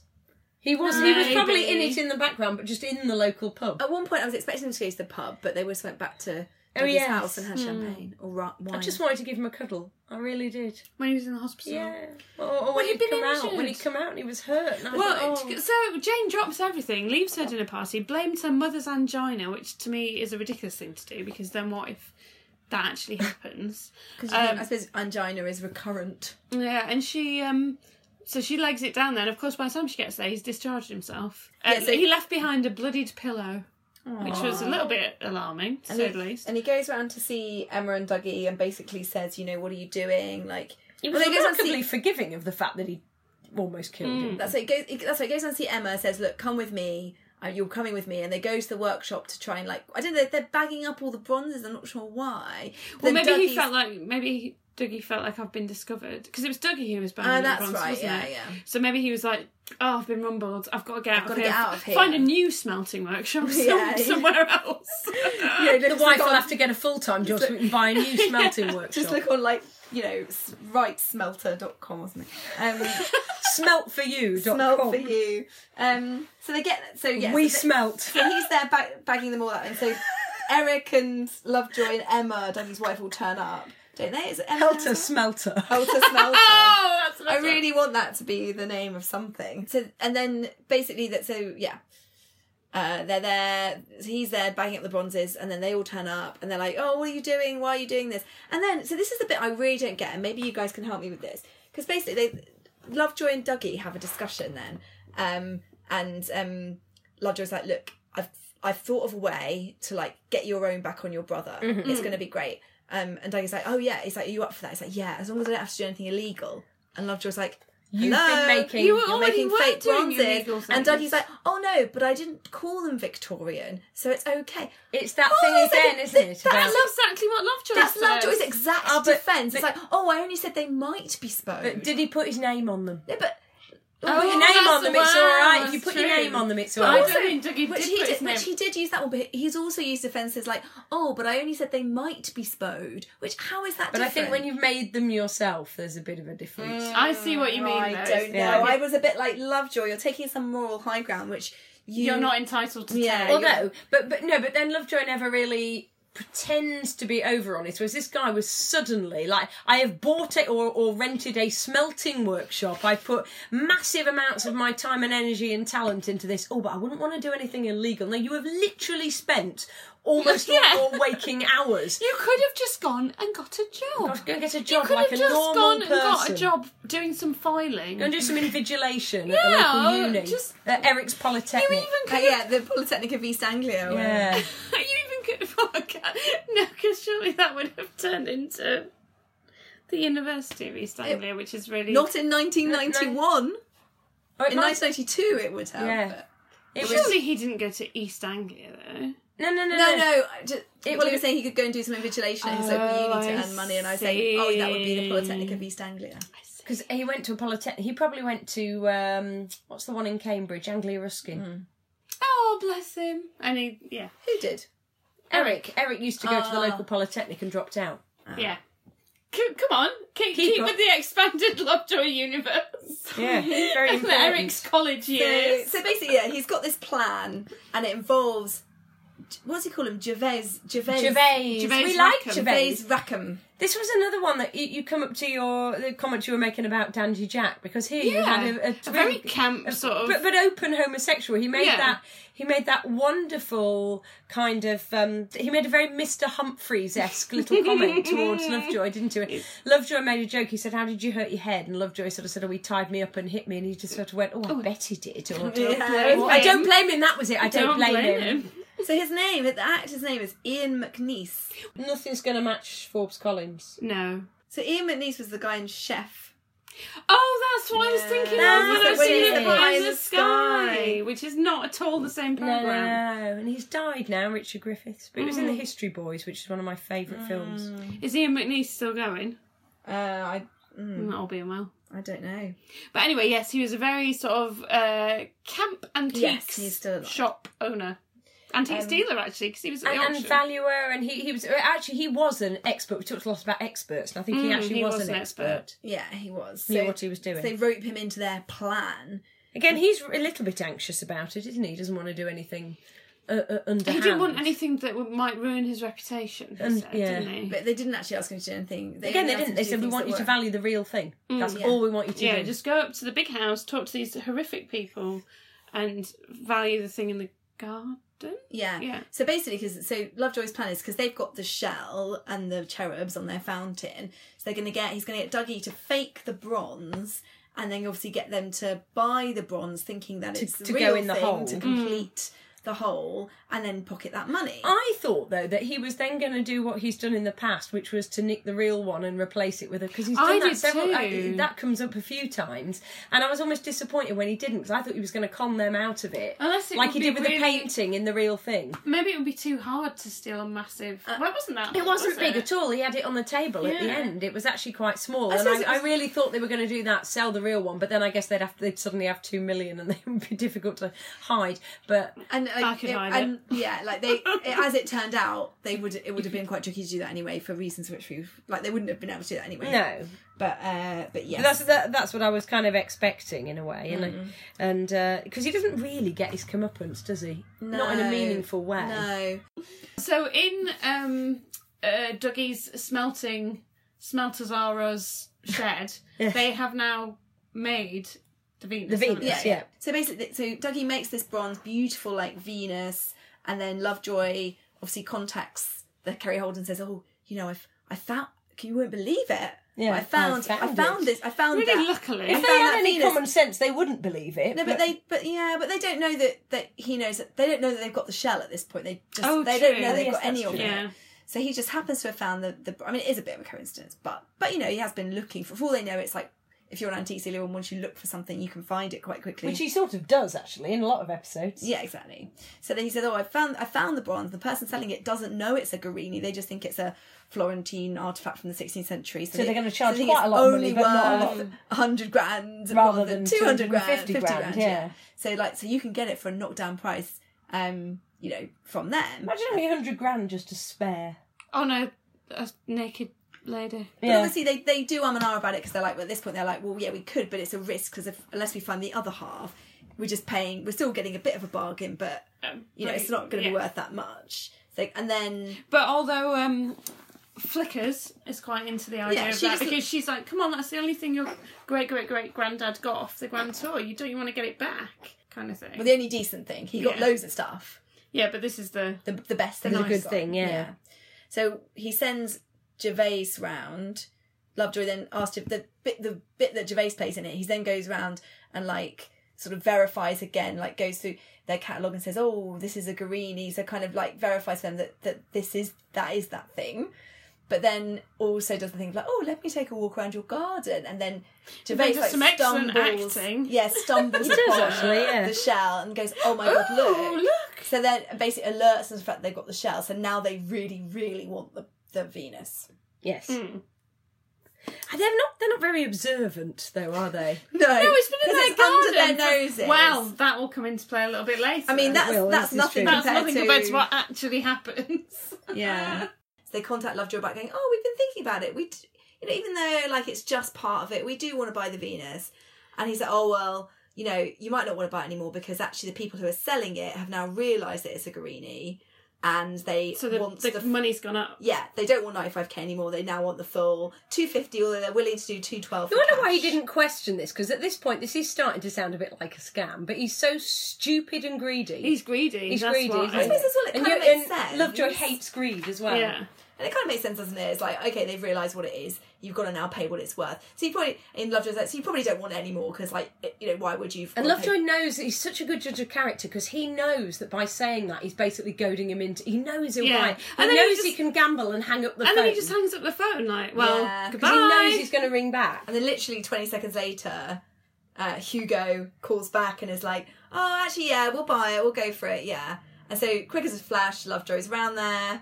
[SPEAKER 4] He was he was probably in
[SPEAKER 3] Maybe.
[SPEAKER 4] it in the background, but just in the local pub.
[SPEAKER 2] At one point, I was expecting him to go to the pub, but they just went back to
[SPEAKER 4] Oh,
[SPEAKER 2] Dougie's
[SPEAKER 4] yes.
[SPEAKER 2] house and had champagne or ra- wine.
[SPEAKER 4] I just wanted to give him a cuddle. I really did.
[SPEAKER 3] when he was in the hospital.
[SPEAKER 4] Yeah. Or, or when
[SPEAKER 3] he'd
[SPEAKER 4] he'd
[SPEAKER 3] been
[SPEAKER 4] come out, when
[SPEAKER 3] injured.
[SPEAKER 4] he'd come out, and he was hurt. And I
[SPEAKER 3] Well,
[SPEAKER 4] thought, oh.
[SPEAKER 3] so Jane drops everything, leaves her dinner party, blames her mother's angina, which to me is a ridiculous thing to do because then what if that actually happens?
[SPEAKER 2] 'Cause you know, I suppose angina is recurrent.
[SPEAKER 3] Yeah, and she um so she legs it down there, and of course by the time she gets there, he's discharged himself.
[SPEAKER 2] Yeah,
[SPEAKER 3] And
[SPEAKER 2] so-
[SPEAKER 3] he left behind a bloodied pillow, which was a little bit alarming, to say the least.
[SPEAKER 2] And he goes round to see Emma and Dougie and basically says, you know, what are you doing? Like,
[SPEAKER 4] He
[SPEAKER 2] Well,
[SPEAKER 4] was
[SPEAKER 2] he goes and see-
[SPEAKER 4] remarkably forgiving of the fact that he almost killed him.
[SPEAKER 2] That's what it goes. It, that's what it goes and see Emma. Says, "Look, come with me. Uh, you're coming with me." And they go to the workshop to try and like I don't know. They're bagging up all the bronzes. I'm not sure why.
[SPEAKER 3] Well,
[SPEAKER 2] Then
[SPEAKER 3] maybe he
[SPEAKER 2] Dougie's-
[SPEAKER 3] felt like maybe he- Dougie felt like I've been discovered because it was Dougie who was banging
[SPEAKER 2] Oh,
[SPEAKER 3] the
[SPEAKER 2] that's
[SPEAKER 3] bronze,
[SPEAKER 2] right,
[SPEAKER 3] wasn't
[SPEAKER 2] yeah,
[SPEAKER 3] it?
[SPEAKER 2] yeah.
[SPEAKER 3] So maybe he was like, "Oh, I've been rumbled. I've got to get out,
[SPEAKER 2] gotta
[SPEAKER 3] of,
[SPEAKER 2] get
[SPEAKER 3] here.
[SPEAKER 2] out of here."
[SPEAKER 3] Find a new smelting workshop some-
[SPEAKER 2] Yeah, yeah.
[SPEAKER 3] somewhere else."
[SPEAKER 2] you know,
[SPEAKER 4] The
[SPEAKER 2] just
[SPEAKER 4] wife
[SPEAKER 2] look
[SPEAKER 4] will
[SPEAKER 2] on-
[SPEAKER 4] have to get a full time job so we can buy a new smelting
[SPEAKER 2] just
[SPEAKER 4] workshop.
[SPEAKER 2] look on like you know s- rightsmelter.com or something. Um,
[SPEAKER 4] Smelt for you.
[SPEAKER 2] smelt for you. Um, so they get so yeah.
[SPEAKER 4] We
[SPEAKER 2] so they-
[SPEAKER 4] smelt.
[SPEAKER 2] So he's there bag- bagging them all up, and so Eric and Lovejoy and Emma, Dougie's wife, will turn up, don't they? Is it Emma?
[SPEAKER 4] Helter smelter.
[SPEAKER 2] Helter Smelter.
[SPEAKER 3] oh, that's
[SPEAKER 2] I really want that to be the name of something. So, and then basically that. So yeah, Uh, they're there. He's there banging up the bronzes, and then they all turn up, and they're like, "Oh, what are you doing? Why are you doing this?" And then, so this is the bit I really don't get, and maybe you guys can help me with this, because basically, they Lovejoy and Dougie have a discussion then, um, and um, Lovejoy's like, "Look, I've I've thought of a way to like get your own back on your brother.
[SPEAKER 4] Mm-hmm.
[SPEAKER 2] It's going to be great." Um, and Dougie's like, "Oh yeah," he's like, "Are you up for that?" He's like, "Yeah, as long as I don't have to do anything illegal." And Lovejoy's like,
[SPEAKER 4] You've
[SPEAKER 2] "No,
[SPEAKER 4] been making.
[SPEAKER 3] you were
[SPEAKER 2] you're
[SPEAKER 3] already
[SPEAKER 2] making
[SPEAKER 3] were
[SPEAKER 2] fake
[SPEAKER 3] doing
[SPEAKER 2] bronzes.
[SPEAKER 3] illegal
[SPEAKER 2] And
[SPEAKER 3] things.
[SPEAKER 2] Dougie's like, oh no, but I didn't call them Victorian, so it's okay.
[SPEAKER 4] it's that
[SPEAKER 2] Oh,
[SPEAKER 4] thing
[SPEAKER 2] is that-
[SPEAKER 4] again, isn't it?
[SPEAKER 2] that-
[SPEAKER 4] about-
[SPEAKER 3] That's exactly what Lovejoy
[SPEAKER 2] That's
[SPEAKER 3] says.
[SPEAKER 2] Lovejoy's exact
[SPEAKER 4] Oh, but-
[SPEAKER 2] defence. It's
[SPEAKER 4] but-
[SPEAKER 2] like, oh, I only said they might be spode.
[SPEAKER 4] but did Oh, he put his name on them?
[SPEAKER 2] yeah, but
[SPEAKER 4] put your
[SPEAKER 3] that's
[SPEAKER 4] name on them, it's
[SPEAKER 3] wow,
[SPEAKER 4] all right. If you
[SPEAKER 3] that's
[SPEAKER 4] put your
[SPEAKER 3] true.
[SPEAKER 4] name on them, it's all
[SPEAKER 3] I
[SPEAKER 4] right.
[SPEAKER 3] don't think Dougie
[SPEAKER 2] which
[SPEAKER 3] did
[SPEAKER 2] he
[SPEAKER 3] put his
[SPEAKER 2] did,
[SPEAKER 3] name.
[SPEAKER 2] which he did use that one, but he's also used defences like, oh, but I only said they might be spode. Which how is that?
[SPEAKER 4] But I think when
[SPEAKER 2] different?
[SPEAKER 4] you've made them yourself, there's a bit of a difference. Uh,
[SPEAKER 3] I see what you mean.
[SPEAKER 2] Oh, I
[SPEAKER 3] though.
[SPEAKER 2] don't know.
[SPEAKER 4] Yeah.
[SPEAKER 2] I was a bit like Lovejoy. You're taking some moral high ground, which you,
[SPEAKER 3] You're not entitled to.
[SPEAKER 2] Yeah.
[SPEAKER 3] tell.
[SPEAKER 2] you're-
[SPEAKER 4] Although, but but no, but then Lovejoy never really pretends to be over honest. Whereas this guy was suddenly like, I have bought it or, or rented a smelting workshop. I put massive amounts of my time and energy and talent into this. Oh, but I wouldn't want to do anything illegal. Now you have literally spent almost
[SPEAKER 3] Yeah.
[SPEAKER 4] all your waking hours.
[SPEAKER 3] You could have just gone and got a job.
[SPEAKER 4] I was going to get a
[SPEAKER 3] you
[SPEAKER 4] job
[SPEAKER 3] could
[SPEAKER 4] like a
[SPEAKER 3] have just
[SPEAKER 4] normal
[SPEAKER 3] gone
[SPEAKER 4] person.
[SPEAKER 3] and got a job doing some filing.
[SPEAKER 4] Go and do some invigilation
[SPEAKER 3] Yeah, oh,
[SPEAKER 4] at the local uni,
[SPEAKER 3] just-
[SPEAKER 4] at Eric's Polytechnic.
[SPEAKER 3] you even
[SPEAKER 2] Uh,
[SPEAKER 3] could
[SPEAKER 2] yeah, the Polytechnic of East Anglia. where-
[SPEAKER 4] yeah.
[SPEAKER 3] you even could have oh no, because surely that would have turned into the University of East Anglia, which is really
[SPEAKER 2] Not in 1991.
[SPEAKER 4] Oh, it
[SPEAKER 2] In
[SPEAKER 4] might-
[SPEAKER 2] 1992, it would have.
[SPEAKER 4] Yeah.
[SPEAKER 2] but-
[SPEAKER 4] it was-
[SPEAKER 3] Surely he didn't go to East Anglia though.
[SPEAKER 4] no, no,
[SPEAKER 2] No,
[SPEAKER 4] no,
[SPEAKER 2] no. I Just,
[SPEAKER 4] It
[SPEAKER 2] well, he
[SPEAKER 4] was-
[SPEAKER 2] was saying he could go and do some invigilation at his
[SPEAKER 3] Oh,
[SPEAKER 2] local uni
[SPEAKER 3] I
[SPEAKER 2] to earn money, and I say, oh, that would be
[SPEAKER 3] see.
[SPEAKER 2] the Polytechnic of East Anglia.
[SPEAKER 4] Because he went to a polytechnic. He probably went to um, what's the one in Cambridge, Anglia Ruskin.
[SPEAKER 3] Oh, bless him. And he, yeah,
[SPEAKER 2] Who did?
[SPEAKER 4] Eric. Eric used to go to the
[SPEAKER 2] Ah.
[SPEAKER 4] local polytechnic and dropped out.
[SPEAKER 3] yeah. C- come on, keep,
[SPEAKER 4] Ah. Keep
[SPEAKER 3] keep,
[SPEAKER 4] up.
[SPEAKER 3] with the expanded Lovejoy universe.
[SPEAKER 4] Yeah, very
[SPEAKER 3] From
[SPEAKER 4] important.
[SPEAKER 3] Eric's college years.
[SPEAKER 2] So, so basically, yeah, he's got this plan, and it involves what's he call him? Gervais. Gervais.
[SPEAKER 4] Gervais.
[SPEAKER 3] Gervais
[SPEAKER 4] we like
[SPEAKER 3] Rackham.
[SPEAKER 4] Gervais.
[SPEAKER 2] Gervais Rackham.
[SPEAKER 4] This was another one that you, you come up to your the comment you were making about Dandy Jack because here you
[SPEAKER 3] yeah,
[SPEAKER 4] had a, a,
[SPEAKER 3] a very
[SPEAKER 4] twin-
[SPEAKER 3] camp sort of.
[SPEAKER 4] but, but open homosexual. He made
[SPEAKER 3] Yeah.
[SPEAKER 4] that. He made that wonderful kind of. Um, he made a very Mister Humphreys esque little comment towards Lovejoy, didn't he? Lovejoy made a joke. He said, "How did you hurt your head?" And Lovejoy sort of said, "Oh, he tied me up and hit me." And he just sort of went, "Oh, I bet he did." Or,
[SPEAKER 2] Yeah.
[SPEAKER 4] I don't blame him. That was it. I don't,
[SPEAKER 3] Don't
[SPEAKER 4] blame, him.
[SPEAKER 2] So his name, the actor's name is Ian McNeice.
[SPEAKER 4] Nothing's going to match Forbes Collins.
[SPEAKER 3] No.
[SPEAKER 2] So Ian McNeice was the guy in Chef.
[SPEAKER 3] Oh, that's what I was thinking
[SPEAKER 4] That's
[SPEAKER 3] of when I was
[SPEAKER 4] what it
[SPEAKER 3] thinking of
[SPEAKER 4] is.
[SPEAKER 3] Pie in
[SPEAKER 2] Pie
[SPEAKER 3] the Sky, which is not at all the same
[SPEAKER 4] No, no,
[SPEAKER 3] program.
[SPEAKER 4] no. and he's died now, Richard Griffiths. But he was in the History Boys, which is one of my favourite films.
[SPEAKER 3] Is Ian McNeice still going?
[SPEAKER 2] Uh, I
[SPEAKER 4] Hmm.
[SPEAKER 3] Mm, All being well.
[SPEAKER 2] I don't know.
[SPEAKER 3] But anyway, yes, he was a very sort of uh, camp antiques
[SPEAKER 2] he's still alive.
[SPEAKER 3] shop owner, antiques dealer actually, because he was at the
[SPEAKER 4] Um, and,
[SPEAKER 3] auction.
[SPEAKER 4] and valuer and he, he was uh, actually he was an expert we talked a lot about experts and i think he
[SPEAKER 3] Mm,
[SPEAKER 4] actually
[SPEAKER 3] he
[SPEAKER 4] was, an expert,
[SPEAKER 2] Yeah, he was.
[SPEAKER 4] knew
[SPEAKER 2] So,
[SPEAKER 4] what he was doing
[SPEAKER 2] they rope him into their plan.
[SPEAKER 4] again he's a little bit anxious about it isn't he he doesn't want to do anything uh, uh, underhand
[SPEAKER 3] He didn't want anything that would, might ruin his reputation. He
[SPEAKER 4] And-
[SPEAKER 3] said,
[SPEAKER 4] Mm, yeah.
[SPEAKER 3] didn't he?
[SPEAKER 2] But they didn't actually ask him to do anything. They
[SPEAKER 4] again
[SPEAKER 2] only
[SPEAKER 4] they
[SPEAKER 2] asked him
[SPEAKER 4] didn't they
[SPEAKER 2] to do
[SPEAKER 4] said we
[SPEAKER 2] things
[SPEAKER 4] want
[SPEAKER 2] that
[SPEAKER 4] you to
[SPEAKER 2] work.
[SPEAKER 4] value the real thing that's
[SPEAKER 2] Yeah.
[SPEAKER 4] all we want you to
[SPEAKER 3] yeah,
[SPEAKER 4] do
[SPEAKER 3] just go up to the big house, talk to these horrific people, and value the thing in the garden.
[SPEAKER 2] Yeah.
[SPEAKER 3] Yeah.
[SPEAKER 2] So basically, because so Lovejoy's plan is because they've got the shell and the cherubs on their fountain, so they're going to get he's going to get Dougie to fake the bronze, and then obviously get them to buy the bronze, thinking that it's the
[SPEAKER 4] to go
[SPEAKER 2] real
[SPEAKER 4] in the
[SPEAKER 2] thing
[SPEAKER 4] hole.
[SPEAKER 3] Mm.
[SPEAKER 2] to complete the hole, and then pocket that money.
[SPEAKER 3] Oh,
[SPEAKER 4] I thought though that he was then going to do what he's done in the past, which was to nick the real one and replace it with a because he's done
[SPEAKER 3] I
[SPEAKER 4] that
[SPEAKER 3] did
[SPEAKER 4] several.
[SPEAKER 3] too.
[SPEAKER 4] I- that comes up a few times, and I was almost disappointed when he didn't because I thought he was going to con them out of it,
[SPEAKER 3] Unless it
[SPEAKER 4] like
[SPEAKER 3] would
[SPEAKER 4] he
[SPEAKER 3] be
[SPEAKER 4] did with
[SPEAKER 3] really-
[SPEAKER 4] the painting in the real thing.
[SPEAKER 3] Maybe it would be too hard to steal a massive. well, it wasn't that.
[SPEAKER 4] Uh, It wasn't big
[SPEAKER 3] it?
[SPEAKER 4] at all. He had it on the table at the
[SPEAKER 3] Yeah.
[SPEAKER 4] end. It was actually quite small, and
[SPEAKER 2] suppose it
[SPEAKER 4] I, I
[SPEAKER 2] was-
[SPEAKER 4] really thought they were going to do that, sell the real one. But then I guess they'd have they'd suddenly have two million, and they would be difficult to hide. But
[SPEAKER 2] and like,
[SPEAKER 3] I could
[SPEAKER 2] it-
[SPEAKER 3] hide
[SPEAKER 2] and yeah, like they, it, as it turned out, they would it would have been quite tricky to do that anyway for reasons which we like they wouldn't have been able to do that anyway.
[SPEAKER 4] no,
[SPEAKER 2] But uh, but yeah,
[SPEAKER 4] that's that, that's what I was kind of expecting in a way, you know, and because he doesn't really get his comeuppance, does he? Not in a
[SPEAKER 2] No.
[SPEAKER 4] meaningful way.
[SPEAKER 2] no.
[SPEAKER 3] So in um, uh, Dougie's smelting Smeltazara's shed, they have now made the Venus.
[SPEAKER 4] The
[SPEAKER 3] haven't
[SPEAKER 4] Venus,
[SPEAKER 3] they?
[SPEAKER 2] Yeah, yeah.
[SPEAKER 4] Yes, yeah.
[SPEAKER 2] So basically, so Dougie makes this bronze beautiful, like Venus, and then Lovejoy obviously contacts the Kerry Holden and says, "Oh, you know, I've I found you won't believe it.
[SPEAKER 4] Yeah,
[SPEAKER 2] I found
[SPEAKER 4] I
[SPEAKER 2] I
[SPEAKER 4] found
[SPEAKER 2] found,
[SPEAKER 4] it."
[SPEAKER 2] this. I found
[SPEAKER 3] Really,
[SPEAKER 2] that.
[SPEAKER 3] luckily,
[SPEAKER 4] If they
[SPEAKER 2] found
[SPEAKER 4] had
[SPEAKER 2] that
[SPEAKER 4] any
[SPEAKER 2] Venus-
[SPEAKER 4] common sense, they wouldn't believe it.
[SPEAKER 2] No, but they, but yeah, but they don't know that that he knows that they don't know that they've got the shell at this point. They just
[SPEAKER 3] Oh,
[SPEAKER 2] they
[SPEAKER 3] true.
[SPEAKER 2] don't know
[SPEAKER 3] Oh,
[SPEAKER 2] they've
[SPEAKER 4] yes,
[SPEAKER 2] got any
[SPEAKER 4] that's
[SPEAKER 2] of
[SPEAKER 4] true.
[SPEAKER 2] it.
[SPEAKER 3] yeah.
[SPEAKER 2] So he just happens to have found the, the. I mean, it is a bit of a coincidence, but but you know, he has been looking for. For all they know, it's like if you're an antique dealer and once you look for something, you can find it quite quickly.
[SPEAKER 4] which he sort of does actually in a lot of episodes.
[SPEAKER 2] yeah, exactly. So then he says, "Oh, I found I found the bronze. The person selling it doesn't know it's a Guarini. They just think it's a Florentine artifact from the 16th century.
[SPEAKER 4] So they're
[SPEAKER 2] they-
[SPEAKER 4] gonna charge
[SPEAKER 2] they think
[SPEAKER 4] quite
[SPEAKER 2] it's
[SPEAKER 4] a lot of
[SPEAKER 2] only
[SPEAKER 4] money, but not a lot.
[SPEAKER 2] worth a hundred grand
[SPEAKER 4] Rather
[SPEAKER 2] rather than
[SPEAKER 4] than
[SPEAKER 2] two hundred grand,
[SPEAKER 4] 250
[SPEAKER 2] fifty grand.
[SPEAKER 4] grand,
[SPEAKER 2] yeah.
[SPEAKER 4] yeah.
[SPEAKER 2] So like, so you can get it for a knockdown price. Um, you know, from them.
[SPEAKER 4] Imagine having a hundred grand just to spare.
[SPEAKER 3] Oh no, a naked lady.
[SPEAKER 2] But obviously they, they do um and ah about it because they're like, well, at this point they're like, well, yeah, we could, but it's a risk because if unless we find the other half, we're just paying. We're still getting a bit of a bargain, but
[SPEAKER 3] Um,
[SPEAKER 2] you know,
[SPEAKER 3] right,
[SPEAKER 2] it's not going to
[SPEAKER 3] yeah.
[SPEAKER 2] be worth that much. So, and then
[SPEAKER 3] But although um, Flickers is quite into the idea
[SPEAKER 2] Yeah,
[SPEAKER 3] of
[SPEAKER 2] she
[SPEAKER 3] that
[SPEAKER 2] just-
[SPEAKER 3] because she's like, come on, that's the only thing your great great great granddad got off the grand tour. You don't you want to get it back, kind of thing.
[SPEAKER 2] well, the only decent thing he got
[SPEAKER 3] Yeah.
[SPEAKER 2] loads of stuff.
[SPEAKER 3] yeah, but this is the
[SPEAKER 2] The the best, the
[SPEAKER 4] It's a
[SPEAKER 2] nice
[SPEAKER 4] good
[SPEAKER 2] one.
[SPEAKER 4] thing, yeah.
[SPEAKER 2] So he sends Gervais round. Lovejoy then asked if the bit the bit that Gervais plays in it. He then goes round and like sort of verifies again, like goes through their catalogue and says, "Oh, this is a Guarini." So kind of like verifies for them that that this is that is that thing. But then also does the thing of like, "Oh, let me take a walk around your garden," and then Gervais
[SPEAKER 3] does
[SPEAKER 2] like
[SPEAKER 3] some excellent
[SPEAKER 2] stumbles,
[SPEAKER 3] acting.
[SPEAKER 2] yeah, stumbles
[SPEAKER 4] does
[SPEAKER 2] upon
[SPEAKER 4] actually, yeah.
[SPEAKER 2] the shell and goes, "Oh my god,
[SPEAKER 3] oh look.
[SPEAKER 2] so then it basically alerts them to the fact they've got the shell. So now they really, really want the, the Venus.
[SPEAKER 4] Yes,
[SPEAKER 3] Mm.
[SPEAKER 4] And they're not. They're not very observant, though, are they?
[SPEAKER 2] No,
[SPEAKER 3] No, it's been in their
[SPEAKER 2] under
[SPEAKER 3] garden.
[SPEAKER 2] their
[SPEAKER 3] for-
[SPEAKER 2] noses.
[SPEAKER 3] Well, that will come into play a little bit later.
[SPEAKER 2] I mean that's
[SPEAKER 4] Well,
[SPEAKER 2] that's
[SPEAKER 4] this is
[SPEAKER 2] nothing
[SPEAKER 4] true.
[SPEAKER 3] that's
[SPEAKER 2] compared
[SPEAKER 3] nothing
[SPEAKER 2] to,
[SPEAKER 3] compared to what actually happens.
[SPEAKER 2] Yeah. So they contact Lovejoy back going, "Oh, we've been thinking about it. We, d- you know, even though like it's just part of it, we do want to buy the Venus." And he's like, "Oh well." You know, you might not want to buy it anymore because actually the people who are selling it have now realised that it's a Guarini, and they
[SPEAKER 3] So the,
[SPEAKER 2] want
[SPEAKER 3] the,
[SPEAKER 2] the
[SPEAKER 3] money's gone up.
[SPEAKER 2] yeah, they don't want 95k anymore. They now want the full 250, although they're willing to do 212.
[SPEAKER 4] I wonder why he didn't question this because at this point, this is starting to sound a bit like a scam. But he's so stupid and greedy.
[SPEAKER 3] He's greedy.
[SPEAKER 4] He's
[SPEAKER 3] that's
[SPEAKER 4] greedy.
[SPEAKER 3] what
[SPEAKER 4] isn't
[SPEAKER 3] I-
[SPEAKER 4] he?
[SPEAKER 2] suppose that's what it
[SPEAKER 4] and
[SPEAKER 2] kinda
[SPEAKER 4] you-
[SPEAKER 2] makes
[SPEAKER 4] and
[SPEAKER 2] sense.
[SPEAKER 4] Lovejoy hates greed as well.
[SPEAKER 3] Yeah.
[SPEAKER 2] And it kind of makes sense, doesn't it? It's like, okay, they've realised what it is. You've got to now pay what it's worth. So you probably, in Lovejoy's like, so you probably don't want it anymore because, like, it- you know, why would you?
[SPEAKER 4] And
[SPEAKER 2] want to
[SPEAKER 4] Lovejoy knows that he's such a good judge of character because he knows that by saying that he's basically goading him into. He knows he'll
[SPEAKER 3] Yeah.
[SPEAKER 4] buy. He
[SPEAKER 3] And then he
[SPEAKER 4] knows
[SPEAKER 3] just-
[SPEAKER 4] he can gamble and hang up the phone.
[SPEAKER 3] And then he just hangs up the phone like, well,
[SPEAKER 2] Yeah, 'cause he
[SPEAKER 3] goodbye.
[SPEAKER 4] 'Cause he knows he's going to ring back.
[SPEAKER 2] And then literally 20 seconds later, uh, Hugo calls back and is like, oh, actually, yeah, we'll buy it. We'll go for it. Yeah. And so quick as a flash, Lovejoy's around there.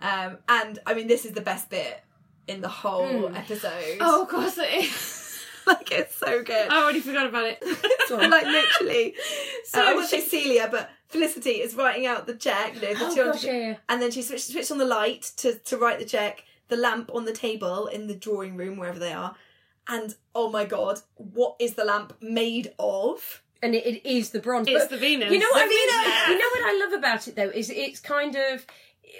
[SPEAKER 2] Um, and I mean, this is the best bit in the whole
[SPEAKER 4] Hmm.
[SPEAKER 2] episode.
[SPEAKER 3] Oh, of course it is.
[SPEAKER 2] like it's so good.
[SPEAKER 3] I already forgot about it.
[SPEAKER 2] like literally,
[SPEAKER 3] So
[SPEAKER 2] uh, I won't
[SPEAKER 3] she-
[SPEAKER 2] say Celia, but Felicity is writing out the check, you know, the
[SPEAKER 4] Oh,
[SPEAKER 2] 200
[SPEAKER 4] gosh, yeah, yeah.
[SPEAKER 2] and then she switched, switched on the light to, to write the check, the lamp on the table in the drawing room, wherever they are, and oh my god, what is the lamp made of?
[SPEAKER 4] And it, it is the bronze.
[SPEAKER 3] It's
[SPEAKER 4] but
[SPEAKER 3] the Venus.
[SPEAKER 4] You know what
[SPEAKER 2] The
[SPEAKER 4] I mean?
[SPEAKER 2] Venus!
[SPEAKER 4] You know what I love about it though is it's kind of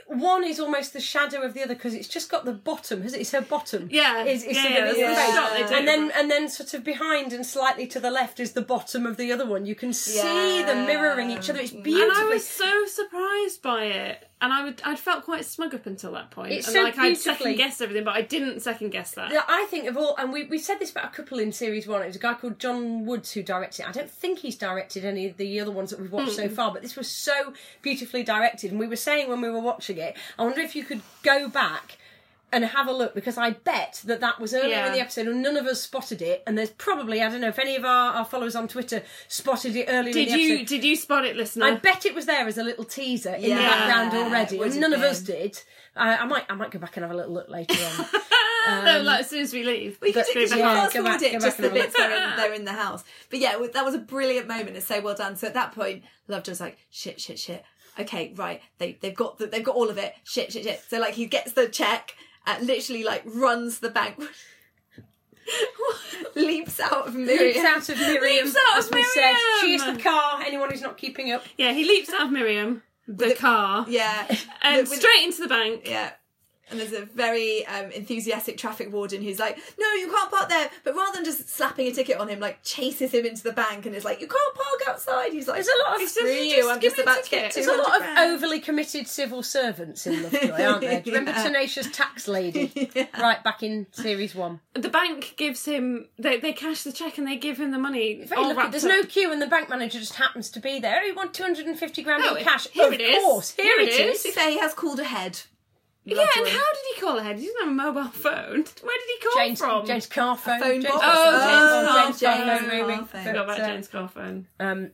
[SPEAKER 4] one is almost the shadow of the other because it's just got the bottom. Has it? It's her bottom.
[SPEAKER 3] Yeah.
[SPEAKER 4] Is, is
[SPEAKER 3] yeah,
[SPEAKER 4] the
[SPEAKER 3] yeah,
[SPEAKER 4] Venus
[SPEAKER 3] that's the
[SPEAKER 4] face.
[SPEAKER 3] shot they do.
[SPEAKER 4] And then, and then, sort of behind and slightly to the left is the bottom of the other one. You can see them
[SPEAKER 2] Yeah.
[SPEAKER 4] mirroring each other. It's
[SPEAKER 2] And I
[SPEAKER 4] beautiful.
[SPEAKER 3] and I was so surprised by it, and I would I'd felt quite smug up until that point.
[SPEAKER 4] It's
[SPEAKER 3] and
[SPEAKER 4] so
[SPEAKER 3] like I'd
[SPEAKER 4] beautifully-
[SPEAKER 3] second guess everything, but I didn't second guess that.
[SPEAKER 4] Yeah, I think of all, and we we said this about a couple in series one. It was a guy called John Woods who directed. it. I don't think he's directed any of the other ones that we've watched so far, but this was so beautifully directed. And we were saying when we were watching it, I wonder if you could go back and have a look because I bet that that was earlier in
[SPEAKER 3] Yeah.
[SPEAKER 4] the episode and none of us spotted it. And there's probably I don't know if any of our, our followers on Twitter spotted it earlier.
[SPEAKER 3] Did
[SPEAKER 4] in the
[SPEAKER 3] you
[SPEAKER 4] Episode.
[SPEAKER 3] did you spot it, listener?
[SPEAKER 4] I bet it was there as a little teaser in
[SPEAKER 2] Yeah,
[SPEAKER 4] the background already.
[SPEAKER 2] would
[SPEAKER 4] and
[SPEAKER 2] have
[SPEAKER 4] none of
[SPEAKER 2] been.
[SPEAKER 4] us did. I, I might I might go back and have a little look later on.
[SPEAKER 3] No,
[SPEAKER 4] Um,
[SPEAKER 3] like, as soon as we leave,
[SPEAKER 2] We could
[SPEAKER 3] Let's
[SPEAKER 2] do-
[SPEAKER 3] go
[SPEAKER 2] just
[SPEAKER 3] back.
[SPEAKER 4] yeah,
[SPEAKER 2] fast
[SPEAKER 4] go
[SPEAKER 2] forward
[SPEAKER 4] back- go
[SPEAKER 2] it,
[SPEAKER 4] back
[SPEAKER 2] just
[SPEAKER 4] and
[SPEAKER 2] the
[SPEAKER 4] have a look.
[SPEAKER 2] bits where in- they're in the house. But yeah, it- that was a brilliant moment. It's so well done. So at that point, Lovejoy's like, shit, shit, shit. Okay, right. They they've got the, they've got all of it. Shit, shit, shit. So like he gets the check, and literally like runs the bank, leaps out of Miriam.
[SPEAKER 4] leaps out of Miriam.
[SPEAKER 3] Leaps out
[SPEAKER 4] as
[SPEAKER 3] of
[SPEAKER 4] we said.
[SPEAKER 3] Miriam.
[SPEAKER 4] She is the car. Anyone who's not keeping up.
[SPEAKER 3] Yeah, he leaps out of Miriam, the, car,
[SPEAKER 2] Yeah.
[SPEAKER 3] and
[SPEAKER 2] with-
[SPEAKER 3] straight into the bank.
[SPEAKER 2] Yeah. And there's a very um, enthusiastic traffic warden who's like, "No, you can't park there." But rather than just slapping a ticket on him, like chases him into the bank and is like, "You can't park outside." He's like, "There's
[SPEAKER 4] a lot of-
[SPEAKER 2] screw
[SPEAKER 3] just
[SPEAKER 2] you. I'm
[SPEAKER 3] give
[SPEAKER 2] just
[SPEAKER 3] me a
[SPEAKER 2] about to
[SPEAKER 3] ticket."
[SPEAKER 2] get two
[SPEAKER 4] There's a lot
[SPEAKER 2] hundred
[SPEAKER 4] of
[SPEAKER 2] grand."
[SPEAKER 4] overly committed civil servants in Lovejoy, aren't there? Do you remember
[SPEAKER 2] Yeah.
[SPEAKER 4] Tenacious Tax Lady? Right back in series one.
[SPEAKER 3] The bank gives him they they cash the check and they give him the money.
[SPEAKER 4] Very
[SPEAKER 3] all
[SPEAKER 4] lucky.
[SPEAKER 3] wrapped
[SPEAKER 4] Oh, There's
[SPEAKER 3] up.
[SPEAKER 4] no queue, and the bank manager just happens to be there. Oh, you want 250 grand
[SPEAKER 3] Oh,
[SPEAKER 4] in cash?
[SPEAKER 3] here
[SPEAKER 4] of
[SPEAKER 3] it is.
[SPEAKER 4] course, here, it is.
[SPEAKER 2] To be fair, he has called ahead.
[SPEAKER 3] Yeah, and how did he call ahead? He didn't have a mobile phone. Where did he call
[SPEAKER 4] James,
[SPEAKER 3] from?
[SPEAKER 4] James Carphone.
[SPEAKER 2] phone
[SPEAKER 4] James
[SPEAKER 2] box.
[SPEAKER 4] Carphone,
[SPEAKER 3] Oh,
[SPEAKER 4] James
[SPEAKER 3] James
[SPEAKER 4] Carphone,
[SPEAKER 2] Carphone.
[SPEAKER 4] Ruby.
[SPEAKER 2] Forgot
[SPEAKER 4] But,
[SPEAKER 3] Forgot about
[SPEAKER 4] uh,
[SPEAKER 3] James Carphone.
[SPEAKER 4] Um,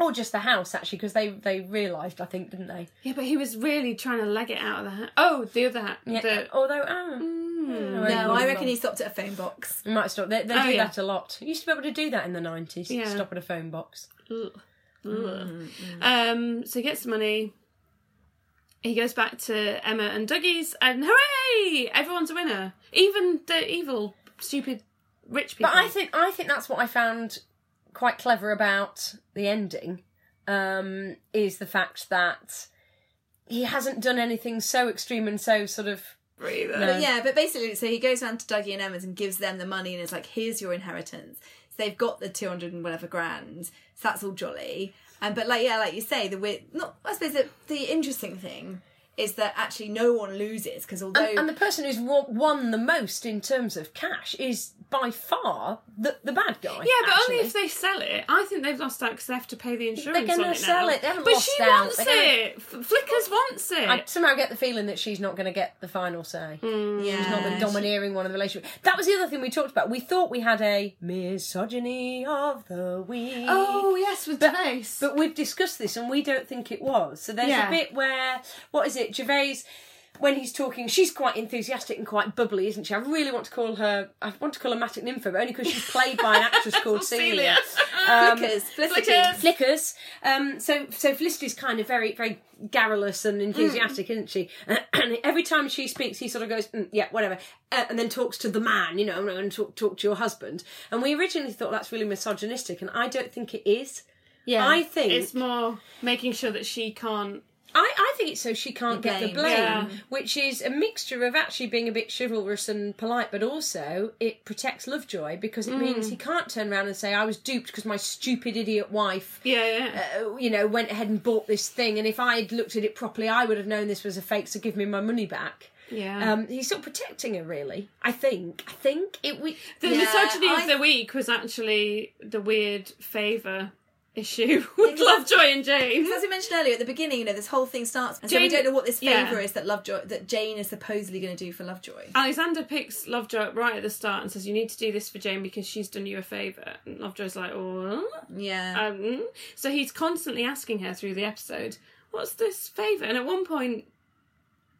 [SPEAKER 4] or just the house, actually, because they, they realised, I think, didn't they?
[SPEAKER 3] Yeah, but he was really trying to leg it out of the hat. Oh, the other hat.
[SPEAKER 4] Yeah.
[SPEAKER 3] The, Mm.
[SPEAKER 4] Although, ah,
[SPEAKER 2] No, Oh, I reckon he stopped at a phone box.
[SPEAKER 4] You might stop. They, they
[SPEAKER 3] Oh,
[SPEAKER 4] do
[SPEAKER 3] yeah.
[SPEAKER 4] that a lot. You used to be able to do that in the 90s.
[SPEAKER 3] Yeah.
[SPEAKER 4] Stop at a phone box.
[SPEAKER 3] Ugh.
[SPEAKER 4] Mm,
[SPEAKER 3] Um, so he gets the money. He goes back to Emma and Dougie's, and hooray! Everyone's a winner. Even the evil, stupid, rich people.
[SPEAKER 4] But I think I think that's what I found quite clever about the ending um, is the fact that he hasn't done anything so extreme and so sort of
[SPEAKER 3] Breathe it.
[SPEAKER 4] No.
[SPEAKER 2] Yeah, but basically, so he goes round to Dougie and Emma's and gives them the money and is like, here's your inheritance. So they've got the 200 and whatever grand. So that's all jolly. And but like, yeah, like you say, the weird, not, I suppose the, the interesting thing is that actually no one loses because although.
[SPEAKER 4] and, and the person who's wa- won the most in terms of cash is by far the, the bad guy.
[SPEAKER 3] Yeah, but
[SPEAKER 4] actually.
[SPEAKER 3] only if they sell it. I think they've lost out because they have to pay the insurance.
[SPEAKER 4] They're gonna
[SPEAKER 3] on it
[SPEAKER 4] sell
[SPEAKER 3] now.
[SPEAKER 4] it. They haven't
[SPEAKER 3] but
[SPEAKER 4] lost
[SPEAKER 3] she
[SPEAKER 4] out.
[SPEAKER 3] wants
[SPEAKER 4] They're gonna-
[SPEAKER 3] it. F- Flickers wants it. Mm.
[SPEAKER 4] I somehow get the feeling that she's not going to get the final say.
[SPEAKER 2] yeah,
[SPEAKER 4] She's not the domineering one in the relationship. That was the other thing we talked about. We thought we had a misogyny of the week.
[SPEAKER 3] oh yes, with Gervais.
[SPEAKER 4] But we've discussed this and we don't think it was. So there's
[SPEAKER 3] Yeah.
[SPEAKER 4] a bit where, what is it, Gervais, when he's talking, she's quite enthusiastic and quite bubbly, isn't she? I really want to call her, I want to call her Matic Nympho, but only because she's played by an actress called Celia. Um,
[SPEAKER 2] Flickers, Felicity.
[SPEAKER 3] Flickers.
[SPEAKER 4] Flickers. Um, so, so Felicity's kind of very, very garrulous and
[SPEAKER 3] Mm.
[SPEAKER 4] enthusiastic, isn't she? And every time she speaks, he sort of goes, mm, "Yeah, whatever," uh, and then talks to the man, you know, and talk talk to your husband. And we originally thought that's really misogynistic, and I don't think it is.
[SPEAKER 3] yeah,
[SPEAKER 4] I think-
[SPEAKER 3] it's more making sure that she can't.
[SPEAKER 4] I, I think it's so she can't get the
[SPEAKER 2] Blame.
[SPEAKER 4] blame,
[SPEAKER 3] Yeah.
[SPEAKER 4] which is a mixture of actually being a bit chivalrous and polite, but also it protects Lovejoy because it means he can't turn around and say, I was duped because my stupid idiot wife
[SPEAKER 3] Yeah, yeah.
[SPEAKER 4] uh, you know, went ahead and bought this thing, and if I had looked at it properly, I would have known this was a fake. So give me my money back.
[SPEAKER 3] Yeah.
[SPEAKER 4] Um, he's sort of protecting her, really. I think. I think it. We,
[SPEAKER 3] the
[SPEAKER 2] Yeah,
[SPEAKER 3] misogyny
[SPEAKER 2] I-
[SPEAKER 3] of the week was actually the weird favour issue with Lovejoy and James.
[SPEAKER 2] As we mentioned earlier at the beginning, you know, this whole thing starts, and so we
[SPEAKER 3] Jane-
[SPEAKER 2] don't know what this
[SPEAKER 3] yeah.
[SPEAKER 2] favour is that Lovejoy, that Jane is supposedly going to do for Lovejoy.
[SPEAKER 3] Alexander picks Lovejoy up right at the start and says, "You need to do this for Jane because she's done you a favour." And Lovejoy's like, "Oh."
[SPEAKER 2] Yeah,
[SPEAKER 3] Um, so he's constantly asking her through the episode, "What's this favour?" And at one point,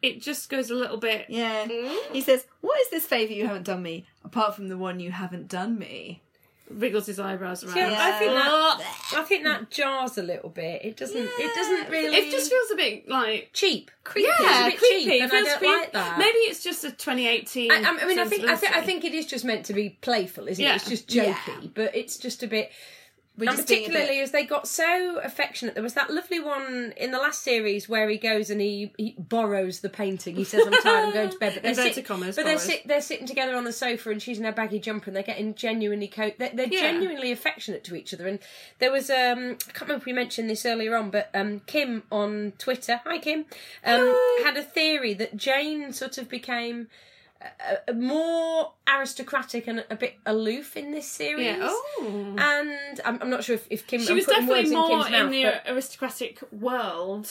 [SPEAKER 3] it just goes a little bit.
[SPEAKER 2] yeah.
[SPEAKER 4] mm-hmm.
[SPEAKER 2] He says, "What is this favour you haven't done me, apart from the one you haven't done me?"
[SPEAKER 3] Wriggles his eyebrows around.
[SPEAKER 4] Yeah, I think
[SPEAKER 3] Ugh.
[SPEAKER 4] I think that jars a little bit. It doesn't. It doesn't really.
[SPEAKER 3] it just feels a bit like
[SPEAKER 4] cheap. Creepy. it's
[SPEAKER 3] yeah,
[SPEAKER 4] a bit
[SPEAKER 3] creepy.
[SPEAKER 4] cheap, and I
[SPEAKER 3] Feels
[SPEAKER 4] don't
[SPEAKER 3] creep-
[SPEAKER 4] like that.
[SPEAKER 3] Maybe it's just a 2018.
[SPEAKER 4] I, I mean, I think, I think I
[SPEAKER 3] sensibility.
[SPEAKER 4] think it is just meant to be playful, isn't it?
[SPEAKER 3] Yeah.
[SPEAKER 4] It's just
[SPEAKER 2] Yeah.
[SPEAKER 4] jokey, but it's just a bit.
[SPEAKER 2] We're
[SPEAKER 4] And
[SPEAKER 2] just being a bit-
[SPEAKER 4] particularly as they got so affectionate, there was that lovely one in the last series where he goes and he, he borrows the painting. He says, "I'm tired, I'm going to bed." But they're,
[SPEAKER 3] Inverted
[SPEAKER 4] sit-
[SPEAKER 3] commas,
[SPEAKER 4] but they're,
[SPEAKER 3] borrows.
[SPEAKER 4] sit- they're sitting together on the sofa, and she's in her baggy jumper, and they're getting genuinely co- they're, they're
[SPEAKER 3] Yeah.
[SPEAKER 4] genuinely affectionate to each other. And there was um, I can't remember if we mentioned this earlier on, but um, Kim on Twitter, hi Kim, um, had a theory that Jane sort of became uh, more aristocratic and a bit aloof in this series.
[SPEAKER 3] Yeah. Oh.
[SPEAKER 4] And I'm, I'm not sure if, if Kim.
[SPEAKER 3] She
[SPEAKER 4] I'm
[SPEAKER 3] was
[SPEAKER 4] putting
[SPEAKER 3] definitely
[SPEAKER 4] words in,
[SPEAKER 3] more
[SPEAKER 4] Kim's
[SPEAKER 3] in
[SPEAKER 4] mouth,
[SPEAKER 3] the
[SPEAKER 4] but-
[SPEAKER 3] aristocratic world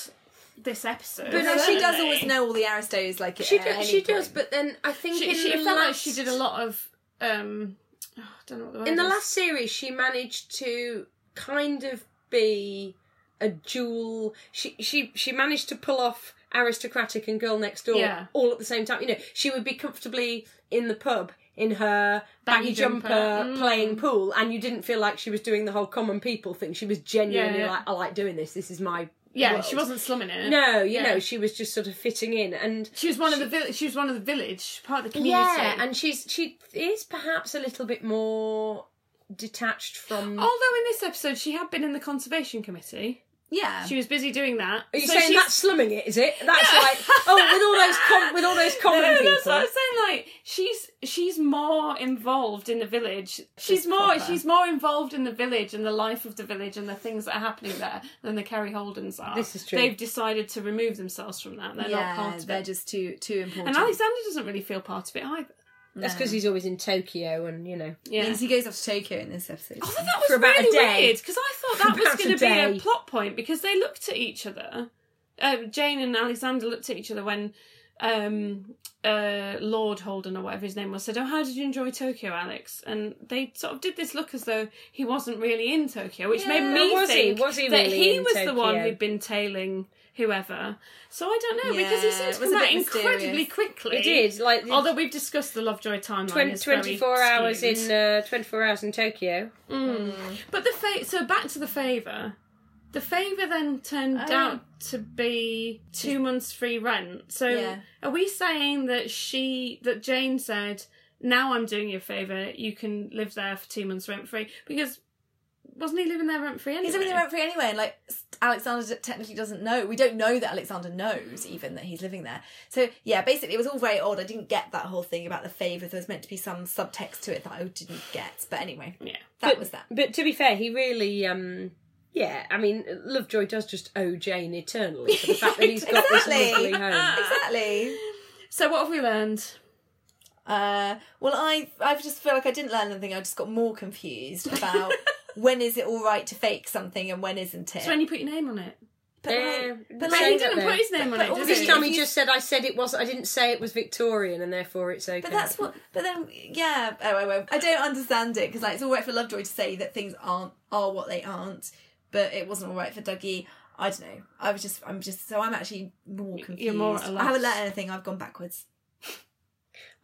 [SPEAKER 3] this episode.
[SPEAKER 4] But
[SPEAKER 2] No, she does
[SPEAKER 3] certainly.
[SPEAKER 2] always know all the aristos. Like
[SPEAKER 4] She
[SPEAKER 2] at
[SPEAKER 4] does,
[SPEAKER 2] any
[SPEAKER 4] she does,
[SPEAKER 2] point.
[SPEAKER 4] but then I think
[SPEAKER 3] uh, She,
[SPEAKER 4] in
[SPEAKER 3] she
[SPEAKER 4] the
[SPEAKER 3] it felt
[SPEAKER 4] last,
[SPEAKER 3] like she did a lot of. Um, oh, I don't know what the word
[SPEAKER 4] in the
[SPEAKER 3] is.
[SPEAKER 4] last series. She managed to kind of be a dual. She she she managed to pull off aristocratic and girl next door
[SPEAKER 3] Yeah.
[SPEAKER 4] all at the same time. You know, she would be comfortably in the pub in her baggy,
[SPEAKER 3] Baggy
[SPEAKER 4] jumper,
[SPEAKER 3] jumper. Mm.
[SPEAKER 4] playing pool, and you didn't feel like she was doing the whole common people thing. She was genuinely
[SPEAKER 3] Yeah.
[SPEAKER 4] like, I like doing this. This is my
[SPEAKER 3] Yeah,
[SPEAKER 4] world."
[SPEAKER 3] she wasn't slumming it.
[SPEAKER 4] No, you
[SPEAKER 3] Yeah.
[SPEAKER 4] know, she was just sort of fitting in and
[SPEAKER 3] She was one of the vill- she was one of the village part of the community.
[SPEAKER 4] yeah, and she's she is perhaps a little bit more detached from
[SPEAKER 3] Oh, although in this episode she had been in the conservation committee.
[SPEAKER 2] Yeah.
[SPEAKER 3] She was busy doing that.
[SPEAKER 4] Are you
[SPEAKER 3] So
[SPEAKER 4] saying
[SPEAKER 3] she's-
[SPEAKER 4] that's slumming it? Is it? That's like oh, with all those com- with all those common
[SPEAKER 3] No,
[SPEAKER 4] people.
[SPEAKER 3] that's what I'm saying. Like she's she's more involved in the village. She's more
[SPEAKER 2] proper.
[SPEAKER 3] she's more involved in the village and the life of the village and the things that are happening there than the Kerry Holdens are.
[SPEAKER 4] This is true.
[SPEAKER 3] They've decided to remove themselves from that. They're
[SPEAKER 2] yeah,
[SPEAKER 3] not part of
[SPEAKER 2] they're
[SPEAKER 3] it.
[SPEAKER 2] just too too important.
[SPEAKER 3] And Alexander doesn't really feel part of it either.
[SPEAKER 4] That's because he's always in Tokyo, and you know.
[SPEAKER 3] Yeah.
[SPEAKER 2] Means he goes off to Tokyo in this episode.
[SPEAKER 3] I thought that was
[SPEAKER 4] For about a
[SPEAKER 3] really
[SPEAKER 4] day.
[SPEAKER 3] weird because I thought that
[SPEAKER 4] For
[SPEAKER 3] was
[SPEAKER 4] about a
[SPEAKER 3] going to be
[SPEAKER 4] day.
[SPEAKER 3] a plot point because they looked at each other. Um, Jane and Alexander looked at each other when um, uh, Lord Holden or whatever his name was said, "Oh, how did you enjoy Tokyo, Alex?" And they sort of did this look as though he wasn't really in Tokyo, which made me
[SPEAKER 4] was he-
[SPEAKER 3] think
[SPEAKER 4] was he
[SPEAKER 3] that
[SPEAKER 4] really
[SPEAKER 3] he
[SPEAKER 4] in
[SPEAKER 3] was the one
[SPEAKER 4] Tokyo?
[SPEAKER 3] who'd been tailing whoever. So I don't know because he
[SPEAKER 2] Yeah,
[SPEAKER 3] seemed
[SPEAKER 2] it
[SPEAKER 3] to
[SPEAKER 2] was
[SPEAKER 3] come
[SPEAKER 2] a
[SPEAKER 3] out
[SPEAKER 2] bit mysterious.
[SPEAKER 3] incredibly quickly.
[SPEAKER 4] It did like
[SPEAKER 3] Although we've discussed the Lovejoy timeline,
[SPEAKER 4] twen-
[SPEAKER 3] is very
[SPEAKER 4] 24 hours
[SPEAKER 3] skewed.
[SPEAKER 4] in uh, 24 hours in Tokyo.
[SPEAKER 3] Hmm. But the fa- so back to the favour. The favour then turned
[SPEAKER 2] Oh.
[SPEAKER 3] out to be two months free rent. So
[SPEAKER 2] Yeah.
[SPEAKER 3] are we saying that she that Jane said, Now I'm doing you a favour, you can live there for two months rent free because wasn't he living there rent free anyway?
[SPEAKER 2] He's living there rent free anyway, and like s- Alexander d- technically doesn't know. We don't know that Alexander knows even that he's living there. So yeah, basically it was all very odd. I didn't get that whole thing about the favour. There was meant to be some subtext to it that I didn't get. But anyway,
[SPEAKER 3] Yeah.
[SPEAKER 2] that
[SPEAKER 4] But-
[SPEAKER 2] was that.
[SPEAKER 4] But to be fair, he really, um, yeah, I mean, Lovejoy does just owe Jane eternally for the fact that he's got
[SPEAKER 2] Exactly.
[SPEAKER 4] this lovely home.
[SPEAKER 2] Exactly.
[SPEAKER 3] So what have we learned?
[SPEAKER 2] Uh, well, I I just feel like I didn't learn anything. I just got more confused about when is it all right to fake something and when isn't it.
[SPEAKER 3] It's when you put your name on it.
[SPEAKER 2] but
[SPEAKER 4] Yeah,
[SPEAKER 2] like,
[SPEAKER 4] but
[SPEAKER 2] but
[SPEAKER 3] But he
[SPEAKER 2] like,
[SPEAKER 4] saying Um, that
[SPEAKER 3] didn't
[SPEAKER 4] though.
[SPEAKER 3] put his name on
[SPEAKER 2] But
[SPEAKER 3] it.
[SPEAKER 2] all
[SPEAKER 3] did
[SPEAKER 2] this
[SPEAKER 3] he?
[SPEAKER 4] This time
[SPEAKER 2] If
[SPEAKER 4] he
[SPEAKER 2] you-
[SPEAKER 4] just said, "I said it was. I didn't say it was Victorian, and therefore it's okay."
[SPEAKER 2] But that's what. But then, yeah. Oh, oh, oh, I don't understand it because like it's all right for Lovejoy to say that things aren't are what they aren't, but it wasn't all right for Dougie. I don't know. I was just. I'm just. So I'm actually more confused.
[SPEAKER 3] You're more at a
[SPEAKER 2] I haven't
[SPEAKER 3] loss.
[SPEAKER 2] learned anything. I've gone backwards.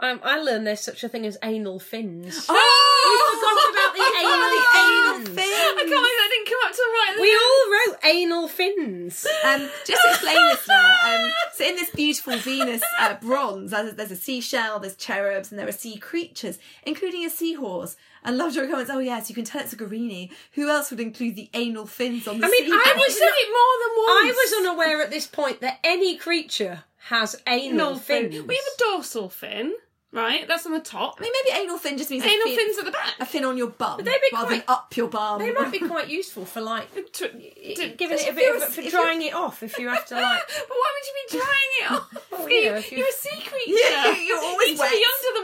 [SPEAKER 4] um, I learned there's such a thing as anal fins.
[SPEAKER 2] Oh,
[SPEAKER 4] forgot about the anal
[SPEAKER 2] the
[SPEAKER 4] fins.
[SPEAKER 2] anal
[SPEAKER 3] I can't believe that didn't come up till right.
[SPEAKER 4] We all wrote anal fins.
[SPEAKER 2] Um, just to explain this now. Um, so in this beautiful Venus uh, bronze, there's a, there's a seashell, there's cherubs, and there are sea creatures, including a seahorse. And Lovejoy comments, "Oh yes, you can tell it's a Garini. Who else would include the anal fins on the
[SPEAKER 4] I mean,
[SPEAKER 2] seahorse?"
[SPEAKER 4] I
[SPEAKER 3] I
[SPEAKER 4] was
[SPEAKER 3] said it more than
[SPEAKER 4] I
[SPEAKER 3] once.
[SPEAKER 4] was unaware at this point that any creature has anal,
[SPEAKER 3] anal
[SPEAKER 4] fins.
[SPEAKER 3] fin. We have a dorsal fin, right? That's on the top.
[SPEAKER 2] I mean, maybe anal fin just means
[SPEAKER 3] Anal
[SPEAKER 2] a fin,
[SPEAKER 3] fins at the back.
[SPEAKER 2] a fin on your bum,
[SPEAKER 4] they'd be
[SPEAKER 2] rather than
[SPEAKER 4] quite-
[SPEAKER 2] up your bum.
[SPEAKER 4] They might be quite useful for like
[SPEAKER 3] To- to-
[SPEAKER 4] giving it a
[SPEAKER 2] if
[SPEAKER 4] bit
[SPEAKER 2] you're
[SPEAKER 4] of,
[SPEAKER 2] a-
[SPEAKER 4] for
[SPEAKER 2] if
[SPEAKER 4] drying it off if you have to like.
[SPEAKER 3] but why would you be drying it off?
[SPEAKER 4] you know,
[SPEAKER 3] you,
[SPEAKER 4] if you-
[SPEAKER 3] are a sea creature.
[SPEAKER 2] Yeah, you're always
[SPEAKER 3] you need
[SPEAKER 2] wet.
[SPEAKER 3] to be under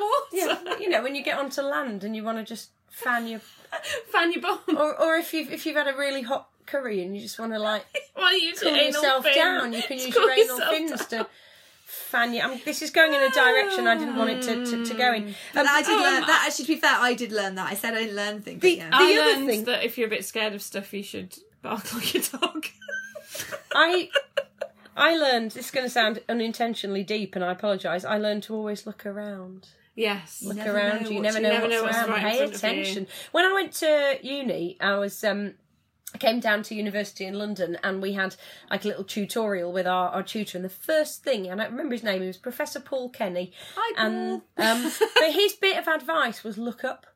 [SPEAKER 3] the water.
[SPEAKER 4] Yeah, you know, when you get onto land and you want to just fan your,
[SPEAKER 3] Fan your bum.
[SPEAKER 4] or or if you've if you've had a really hot curry and you just want to like
[SPEAKER 3] Why you use
[SPEAKER 4] cool
[SPEAKER 3] your anal
[SPEAKER 4] yourself
[SPEAKER 3] fin.
[SPEAKER 4] down, you can use
[SPEAKER 3] Cool
[SPEAKER 4] your anal
[SPEAKER 3] yourself
[SPEAKER 4] fins
[SPEAKER 3] down.
[SPEAKER 4] to fan your. I mean, this is going in a direction I didn't want it to, to, to go in. Um,
[SPEAKER 2] I did
[SPEAKER 3] Oh,
[SPEAKER 2] learn
[SPEAKER 3] um,
[SPEAKER 2] that. Actually, to be fair, I did learn that. I said I didn't learn anything. But
[SPEAKER 4] The-
[SPEAKER 2] yeah.
[SPEAKER 4] I-
[SPEAKER 3] I
[SPEAKER 4] other
[SPEAKER 3] learned
[SPEAKER 4] thing-
[SPEAKER 3] that if you're a bit scared of stuff, you should bark like a dog.
[SPEAKER 4] I I learned this is going to sound unintentionally deep, and I apologise. I learned to always look around.
[SPEAKER 3] yes.
[SPEAKER 4] look
[SPEAKER 2] never
[SPEAKER 4] around
[SPEAKER 2] know
[SPEAKER 4] you, you
[SPEAKER 2] what-
[SPEAKER 4] never
[SPEAKER 2] you
[SPEAKER 4] know
[SPEAKER 3] never
[SPEAKER 4] what's
[SPEAKER 3] know what's
[SPEAKER 4] around
[SPEAKER 3] right in
[SPEAKER 4] pay
[SPEAKER 3] front of you.
[SPEAKER 4] attention when i went to uni i was um I came down to university in London and we had like a little tutorial with our, our tutor and the first thing and I remember his name, he was Professor Paul Kenny.
[SPEAKER 2] Hi,
[SPEAKER 4] And um but his bit of advice was look up.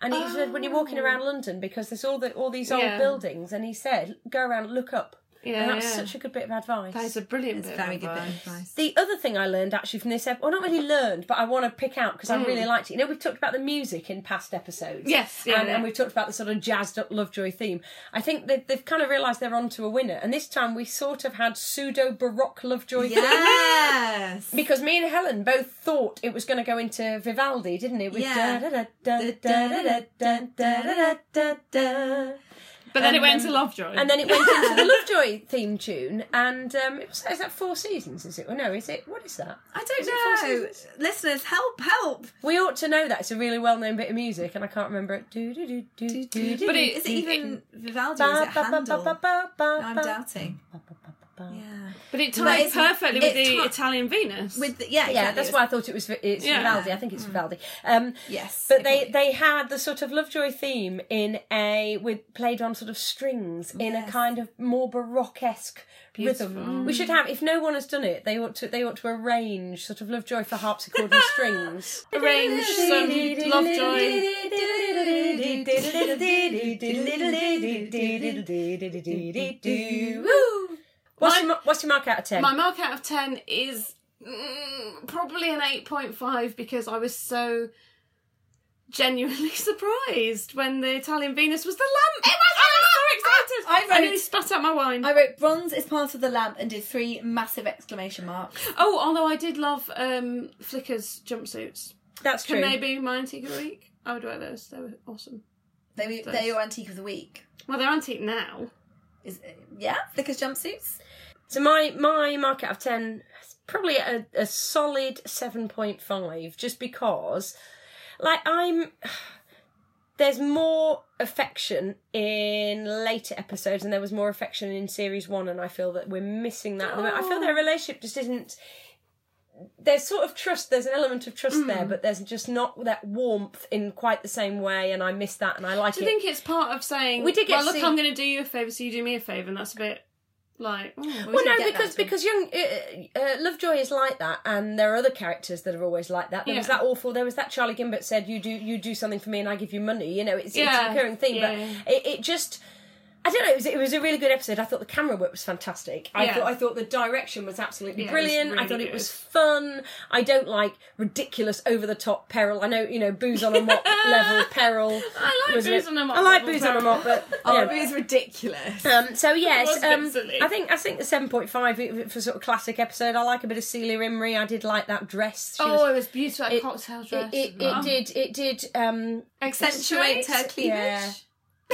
[SPEAKER 4] And he said when you're walking around London because there's all the all these old
[SPEAKER 3] Oh. Yeah.
[SPEAKER 4] buildings and he said, Go around, look up.
[SPEAKER 3] Yeah,
[SPEAKER 4] and that's
[SPEAKER 3] yeah.
[SPEAKER 4] such a good bit of advice.
[SPEAKER 3] That is a brilliant bit
[SPEAKER 2] very
[SPEAKER 3] of
[SPEAKER 2] good bit of
[SPEAKER 3] advice.
[SPEAKER 2] advice.
[SPEAKER 4] The other thing I learned actually from this episode, well, not really learned, but I want to pick out because I really liked it. You know, we've talked about the music in past episodes.
[SPEAKER 3] Mm. Yes, yeah,
[SPEAKER 4] And,
[SPEAKER 3] yeah.
[SPEAKER 4] and we've talked about the sort of jazzed up Lovejoy theme. I think they've, they've kind of realised they're onto a winner. And this time we sort of had pseudo Baroque Lovejoy theme.
[SPEAKER 2] Yes.
[SPEAKER 4] Because me and Helen both thought it was going to go into Vivaldi, didn't it? With
[SPEAKER 2] Yeah.
[SPEAKER 4] da-da-da-da, da-da-da-da, da-da-da-da.
[SPEAKER 3] But then
[SPEAKER 4] And,
[SPEAKER 3] it went
[SPEAKER 4] um,
[SPEAKER 3] to Lovejoy.
[SPEAKER 4] And then it went into the Lovejoy theme tune, and um, it was, is that Four Seasons? Is it? Well, no, is it? What is that?
[SPEAKER 2] I
[SPEAKER 4] Is it Four
[SPEAKER 2] don't know.
[SPEAKER 4] Seasons?
[SPEAKER 2] Listeners, help, help.
[SPEAKER 4] We ought to know that it's a really well-known bit of music, and I can't remember it. Do, do, do, do, do, do,
[SPEAKER 3] But
[SPEAKER 4] do,
[SPEAKER 3] it-
[SPEAKER 2] Is it
[SPEAKER 4] do, do.
[SPEAKER 2] even Vivaldi? Is
[SPEAKER 4] Ba,
[SPEAKER 2] it
[SPEAKER 4] ba, ba,
[SPEAKER 2] Handel?
[SPEAKER 4] ba, ba, ba,
[SPEAKER 2] I'm
[SPEAKER 4] ba.
[SPEAKER 2] doubting.
[SPEAKER 4] bark.
[SPEAKER 2] Yeah.
[SPEAKER 3] But it
[SPEAKER 2] But it's-
[SPEAKER 3] ties perfecttly with
[SPEAKER 2] it's
[SPEAKER 3] the
[SPEAKER 2] ti-
[SPEAKER 3] Italian Venus.
[SPEAKER 2] With the, yeah,
[SPEAKER 4] Yeah,
[SPEAKER 2] exactly. Mm.
[SPEAKER 4] that's why I thought it was it's
[SPEAKER 3] Yeah.
[SPEAKER 4] Vivaldi. I think it's Vivaldi. Um,
[SPEAKER 2] Yes,
[SPEAKER 4] but
[SPEAKER 2] it
[SPEAKER 4] they
[SPEAKER 2] probably-
[SPEAKER 4] they had the sort of Lovejoy theme in a with played on sort of strings in a
[SPEAKER 2] Yes.
[SPEAKER 4] kind of more baroque esque rhythm. We should have if no one has done it, they ought to they ought to arrange sort of Lovejoy for harpsichord and strings.
[SPEAKER 3] arrange some Lovejoy.
[SPEAKER 4] Woo! What's, your, mar- what's your mark out of ten?
[SPEAKER 3] My mark out of 10 is mm, probably an 8.5 because I was so genuinely surprised when the Italian Venus was the lamp. It was I was so excited.
[SPEAKER 2] I
[SPEAKER 3] I
[SPEAKER 2] wrote-
[SPEAKER 3] nearly spat out my wine.
[SPEAKER 2] I wrote bronze is part of the lamp and did three massive exclamation marks.
[SPEAKER 3] oh, although I did love um, Flicker's jumpsuits.
[SPEAKER 4] That's
[SPEAKER 3] Can
[SPEAKER 4] true.
[SPEAKER 3] they be my antique of the week? I would wear those. They were awesome.
[SPEAKER 2] They were, they were antique of the week.
[SPEAKER 3] Well, they're antique now.
[SPEAKER 2] Is yeah, Flickers jumpsuits.
[SPEAKER 4] So my my mark out of ten is probably a, a solid seven point five, just because, like I'm, there's more affection in later episodes, and there was more affection in series one, and I feel that we're missing that. at the moment. I feel
[SPEAKER 3] Oh.
[SPEAKER 4] their relationship just isn't. There's sort of trust. There's an element of trust there,
[SPEAKER 3] Mm.
[SPEAKER 4] but there's just not that warmth in quite the same way, and I miss that, and I like
[SPEAKER 3] Do you
[SPEAKER 4] it.
[SPEAKER 3] think it's part of saying,
[SPEAKER 4] We did get
[SPEAKER 3] well, look,
[SPEAKER 4] to see-
[SPEAKER 3] I'm going to do you a favour, so you do me a favour, and that's a bit like, oh, well,
[SPEAKER 4] Well,
[SPEAKER 2] didn't get
[SPEAKER 4] no,
[SPEAKER 2] that
[SPEAKER 4] because
[SPEAKER 2] at all.
[SPEAKER 4] because young uh, uh, Lovejoy is like that, and there are other characters that are always like that. There was
[SPEAKER 3] Yeah.
[SPEAKER 4] that awful. There was that Charlie Gimbert said, "You do you do something for me, and I give you money." You know, it's,
[SPEAKER 3] Yeah.
[SPEAKER 4] it's a recurring theme,
[SPEAKER 3] Yeah.
[SPEAKER 4] but it, it just. I don't know. It was, it was a really good episode. I thought the camera work was fantastic. I
[SPEAKER 3] Yeah.
[SPEAKER 4] thought I thought the direction was absolutely
[SPEAKER 3] Yeah, it was
[SPEAKER 4] brilliant. I
[SPEAKER 3] really
[SPEAKER 4] thought it was
[SPEAKER 3] good.
[SPEAKER 4] fun. I don't like ridiculous, over the top peril. I know you know booze on a mop level peril.
[SPEAKER 3] I like
[SPEAKER 4] was a
[SPEAKER 3] booze
[SPEAKER 4] bit-
[SPEAKER 3] on a mop
[SPEAKER 4] I like
[SPEAKER 3] level
[SPEAKER 4] booze on a
[SPEAKER 3] peril.
[SPEAKER 4] mop, but you
[SPEAKER 2] Oh,
[SPEAKER 4] know.
[SPEAKER 2] it was ridiculous.
[SPEAKER 4] Um, so
[SPEAKER 3] was
[SPEAKER 4] yes,
[SPEAKER 3] a bit
[SPEAKER 4] um,
[SPEAKER 3] silly.
[SPEAKER 4] I think I think the seven point five for sort of classic episode. I like a bit of Celia Imrie. I did like that dress. She
[SPEAKER 3] oh,
[SPEAKER 4] was-
[SPEAKER 3] it was beautiful, like
[SPEAKER 4] it-
[SPEAKER 3] cocktail dress.
[SPEAKER 2] Oh,
[SPEAKER 4] it, it,
[SPEAKER 3] as well.
[SPEAKER 4] it did it did um,
[SPEAKER 2] Accentuate her cleavage.
[SPEAKER 4] Yeah.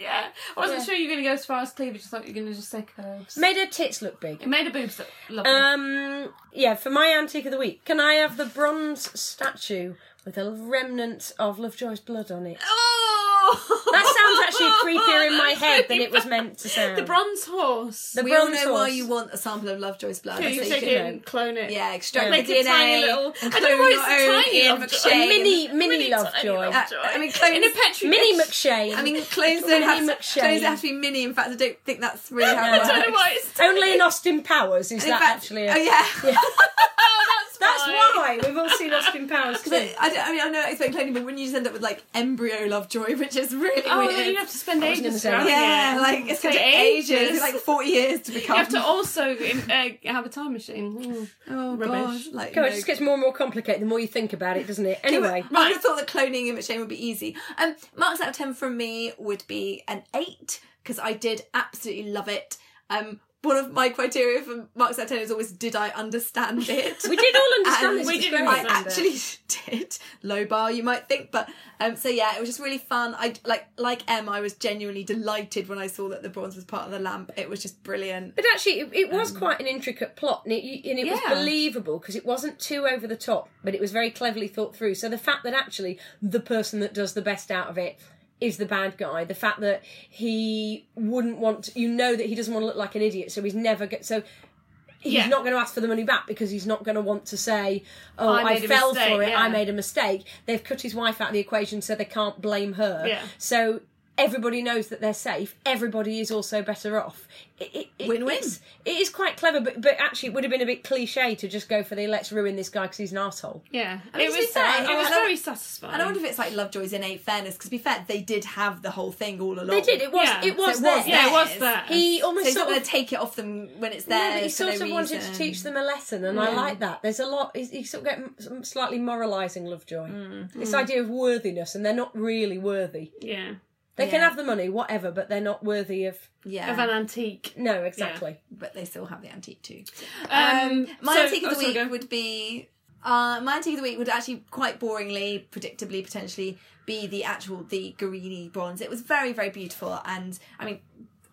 [SPEAKER 3] yeah, I wasn't
[SPEAKER 4] Yeah.
[SPEAKER 3] sure you were going to go as far as cleavage. I thought you were going to just say curves.
[SPEAKER 4] made her tits look big.
[SPEAKER 3] It made her boobs look
[SPEAKER 4] Uh,
[SPEAKER 3] lovely.
[SPEAKER 4] Um, yeah, for my antique of the week, can I have the bronze statue with a remnant of Lovejoy's blood on it?
[SPEAKER 3] oh,
[SPEAKER 4] That sounds actually creepier in my head than it was meant to sound.
[SPEAKER 3] The bronze horse.
[SPEAKER 4] The
[SPEAKER 2] we all know
[SPEAKER 4] bronze
[SPEAKER 2] why
[SPEAKER 4] horse.
[SPEAKER 2] you want a sample of Lovejoy's blood.
[SPEAKER 3] Yeah,
[SPEAKER 2] so
[SPEAKER 3] you
[SPEAKER 2] you
[SPEAKER 3] take
[SPEAKER 2] can-
[SPEAKER 3] it and clone it.
[SPEAKER 2] yeah, extract
[SPEAKER 3] Make
[SPEAKER 2] the
[SPEAKER 3] a
[SPEAKER 2] DNA.
[SPEAKER 3] tiny little.
[SPEAKER 2] and
[SPEAKER 3] I don't know
[SPEAKER 2] clone
[SPEAKER 3] why
[SPEAKER 2] your own Ian
[SPEAKER 3] it's a
[SPEAKER 2] McShane.
[SPEAKER 3] tiny
[SPEAKER 4] Mini- mini
[SPEAKER 3] tiny
[SPEAKER 4] Lovejoy.
[SPEAKER 2] Uh, I mean,
[SPEAKER 3] in a
[SPEAKER 2] clones-
[SPEAKER 3] petri
[SPEAKER 4] Minnie
[SPEAKER 3] dish.
[SPEAKER 4] McShane.
[SPEAKER 2] I mean, clones
[SPEAKER 4] Winnie
[SPEAKER 2] don't have to,
[SPEAKER 4] McShane.
[SPEAKER 2] clones have to be mini. In fact, I don't think that's really how it
[SPEAKER 3] I don't know
[SPEAKER 2] works.
[SPEAKER 3] why it's Oh, tiny.
[SPEAKER 4] Only in Austin Powers is
[SPEAKER 2] In
[SPEAKER 4] that
[SPEAKER 2] fact-
[SPEAKER 4] actually. A,
[SPEAKER 2] oh yeah.
[SPEAKER 3] Oh, that's
[SPEAKER 4] That's
[SPEAKER 3] why.
[SPEAKER 4] why we've all seen Austin Powers. too.
[SPEAKER 2] I, don't, I mean, I know it's like cloning, but when you just end up with like embryo Lovejoy, which is really
[SPEAKER 3] Oh,
[SPEAKER 2] weird.
[SPEAKER 3] then you have to spend
[SPEAKER 4] was gonna
[SPEAKER 3] ages
[SPEAKER 4] say
[SPEAKER 3] growing
[SPEAKER 4] that.
[SPEAKER 2] yeah,
[SPEAKER 3] it.
[SPEAKER 2] like it's
[SPEAKER 3] Take
[SPEAKER 2] going to ages.
[SPEAKER 3] ages.
[SPEAKER 2] It's like forty years to
[SPEAKER 3] You
[SPEAKER 2] become.
[SPEAKER 3] have
[SPEAKER 4] um,
[SPEAKER 3] to also in- uh, have a time machine. Mm.
[SPEAKER 2] oh
[SPEAKER 3] rubbish.
[SPEAKER 2] god, like
[SPEAKER 4] God, it
[SPEAKER 2] no.
[SPEAKER 4] just gets more and more complicated the more you think about it, doesn't it? Anyway,
[SPEAKER 2] I would have thought that cloning Image Shame would be easy. Um, marks out of 10 from me would be an 8 because I did absolutely love it. Um, one of my criteria for marks out of 10 is always did I understand it?
[SPEAKER 4] we did all understand
[SPEAKER 2] And
[SPEAKER 4] this.
[SPEAKER 3] we
[SPEAKER 4] it's great.
[SPEAKER 3] didn't
[SPEAKER 2] I
[SPEAKER 3] understand it.
[SPEAKER 2] actually did. Low bar, you might think, but um, so yeah, it was just really fun. I like like Em, I was genuinely delighted when I saw that the bronze was part of the lamp. It was just brilliant.
[SPEAKER 4] But actually, it, it was quite an intricate plot, and it, and it was
[SPEAKER 3] Um, Yeah.
[SPEAKER 4] believable because it wasn't too over the top, but it was very cleverly thought through. So the fact that actually the person that does the best out of it is the bad guy, the fact that he wouldn't want, to, you know, that he doesn't want to look like an idiot, so he's never get so. He's
[SPEAKER 3] Yeah.
[SPEAKER 4] not going to ask for the money back because he's not going to want to say, "Oh,
[SPEAKER 3] I
[SPEAKER 4] I,
[SPEAKER 3] made a
[SPEAKER 4] fell
[SPEAKER 3] mistake,"
[SPEAKER 4] for it.
[SPEAKER 3] yeah.
[SPEAKER 4] I made a mistake." They've cut his wife out of the equation, so they can't blame her.
[SPEAKER 3] Yeah.
[SPEAKER 4] So everybody knows that they're safe. Everybody is also better off. It- it- it-
[SPEAKER 2] Win-win.
[SPEAKER 4] it's- It is quite clever, but, but actually, it would have been a bit cliche to just go for the let's ruin this guy because he's an asshole.
[SPEAKER 3] Yeah,
[SPEAKER 2] mean,
[SPEAKER 3] it
[SPEAKER 2] to
[SPEAKER 3] was.
[SPEAKER 2] be fair,
[SPEAKER 3] it was
[SPEAKER 2] I-
[SPEAKER 3] very satisfying.
[SPEAKER 2] And I wonder if it's like Lovejoy's innate fairness because, to be fair, they did have the whole thing all along.
[SPEAKER 4] They did. It was.
[SPEAKER 3] Yeah.
[SPEAKER 4] It was
[SPEAKER 2] So
[SPEAKER 4] there.
[SPEAKER 2] it was
[SPEAKER 3] yeah, it was
[SPEAKER 2] theirs.
[SPEAKER 3] that.
[SPEAKER 4] He
[SPEAKER 2] So
[SPEAKER 4] almost
[SPEAKER 2] he's not
[SPEAKER 4] sort
[SPEAKER 2] going
[SPEAKER 4] of
[SPEAKER 2] to take it off them when it's there.
[SPEAKER 4] No, but he
[SPEAKER 2] for
[SPEAKER 4] sort
[SPEAKER 2] no
[SPEAKER 4] of wanted to
[SPEAKER 2] reason.
[SPEAKER 4] teach them a lesson, and I like that. There's a lot. He's, he's sort of getting some slightly moralising Lovejoy. This idea of worthiness, and they're not really worthy.
[SPEAKER 3] yeah,
[SPEAKER 4] They can
[SPEAKER 2] Yeah.
[SPEAKER 4] have the money, whatever, but they're not worthy of.
[SPEAKER 2] Yeah,
[SPEAKER 3] of an antique.
[SPEAKER 4] No, exactly.
[SPEAKER 2] but they still have the antique too.
[SPEAKER 3] Um,
[SPEAKER 2] my
[SPEAKER 3] so-
[SPEAKER 2] antique
[SPEAKER 3] oh,
[SPEAKER 2] of the
[SPEAKER 3] sorry,
[SPEAKER 2] week
[SPEAKER 3] go.
[SPEAKER 2] would be. Uh, my antique of the week would actually quite boringly, predictably, potentially be the actual the Guarini bronze. It was very, very beautiful, and I mean,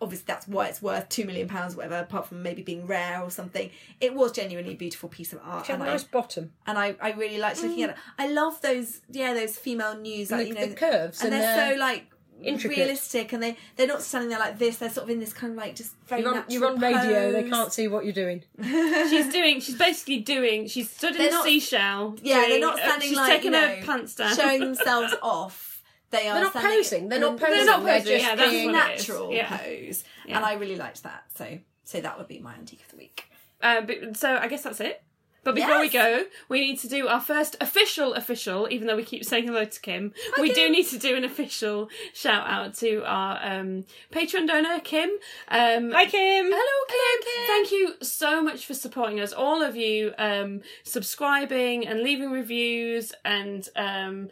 [SPEAKER 2] obviously that's why it's worth two million pounds, whatever. Apart from maybe being rare or something, it was genuinely a beautiful piece of art,
[SPEAKER 4] She had
[SPEAKER 2] and
[SPEAKER 4] a
[SPEAKER 2] I
[SPEAKER 4] nice bottom.
[SPEAKER 2] and I, I really liked looking at it. I love those yeah those female news like,
[SPEAKER 4] The-
[SPEAKER 2] you know
[SPEAKER 4] the curves
[SPEAKER 2] and
[SPEAKER 4] Mm. and
[SPEAKER 2] they're
[SPEAKER 4] the-
[SPEAKER 2] so like
[SPEAKER 4] Intricate.
[SPEAKER 2] realistic, and they they're not standing there like this. They're sort of in this kind of like just very
[SPEAKER 4] You're on,
[SPEAKER 2] natural
[SPEAKER 4] you're on radio, they
[SPEAKER 2] pose.
[SPEAKER 4] can't see what you're doing.
[SPEAKER 3] She's doing. She's basically doing. She's stood in
[SPEAKER 2] They're
[SPEAKER 3] a
[SPEAKER 2] not-
[SPEAKER 3] seashell.
[SPEAKER 2] Yeah, they're
[SPEAKER 3] doing-
[SPEAKER 2] not
[SPEAKER 4] Uh,
[SPEAKER 2] standing
[SPEAKER 3] She's
[SPEAKER 2] like
[SPEAKER 3] taking
[SPEAKER 2] you
[SPEAKER 3] her
[SPEAKER 2] know,
[SPEAKER 3] pants down.
[SPEAKER 2] showing themselves off. They are
[SPEAKER 4] They're not
[SPEAKER 2] standing-
[SPEAKER 4] posing, they're not
[SPEAKER 2] and
[SPEAKER 4] posing,
[SPEAKER 3] They're not
[SPEAKER 4] they're
[SPEAKER 3] posing,
[SPEAKER 4] just
[SPEAKER 3] yeah, that's
[SPEAKER 4] being
[SPEAKER 3] what it is.
[SPEAKER 2] natural
[SPEAKER 3] Yeah.
[SPEAKER 2] pose,
[SPEAKER 3] Yeah.
[SPEAKER 2] and I really liked that. So, so that would be my antique of the week.
[SPEAKER 3] Uh, but, so I guess that's it. But before we
[SPEAKER 2] Yes.
[SPEAKER 3] go, we need to do our first official official. Even though we keep saying hello to Kim, we do
[SPEAKER 2] Kim.
[SPEAKER 3] need to do an official shout out to our um, Patreon donor Kim. Um,
[SPEAKER 4] Hi, Kim.
[SPEAKER 3] Hello, Kim. Thank you so much for supporting us, all of you, um, subscribing and leaving reviews and um,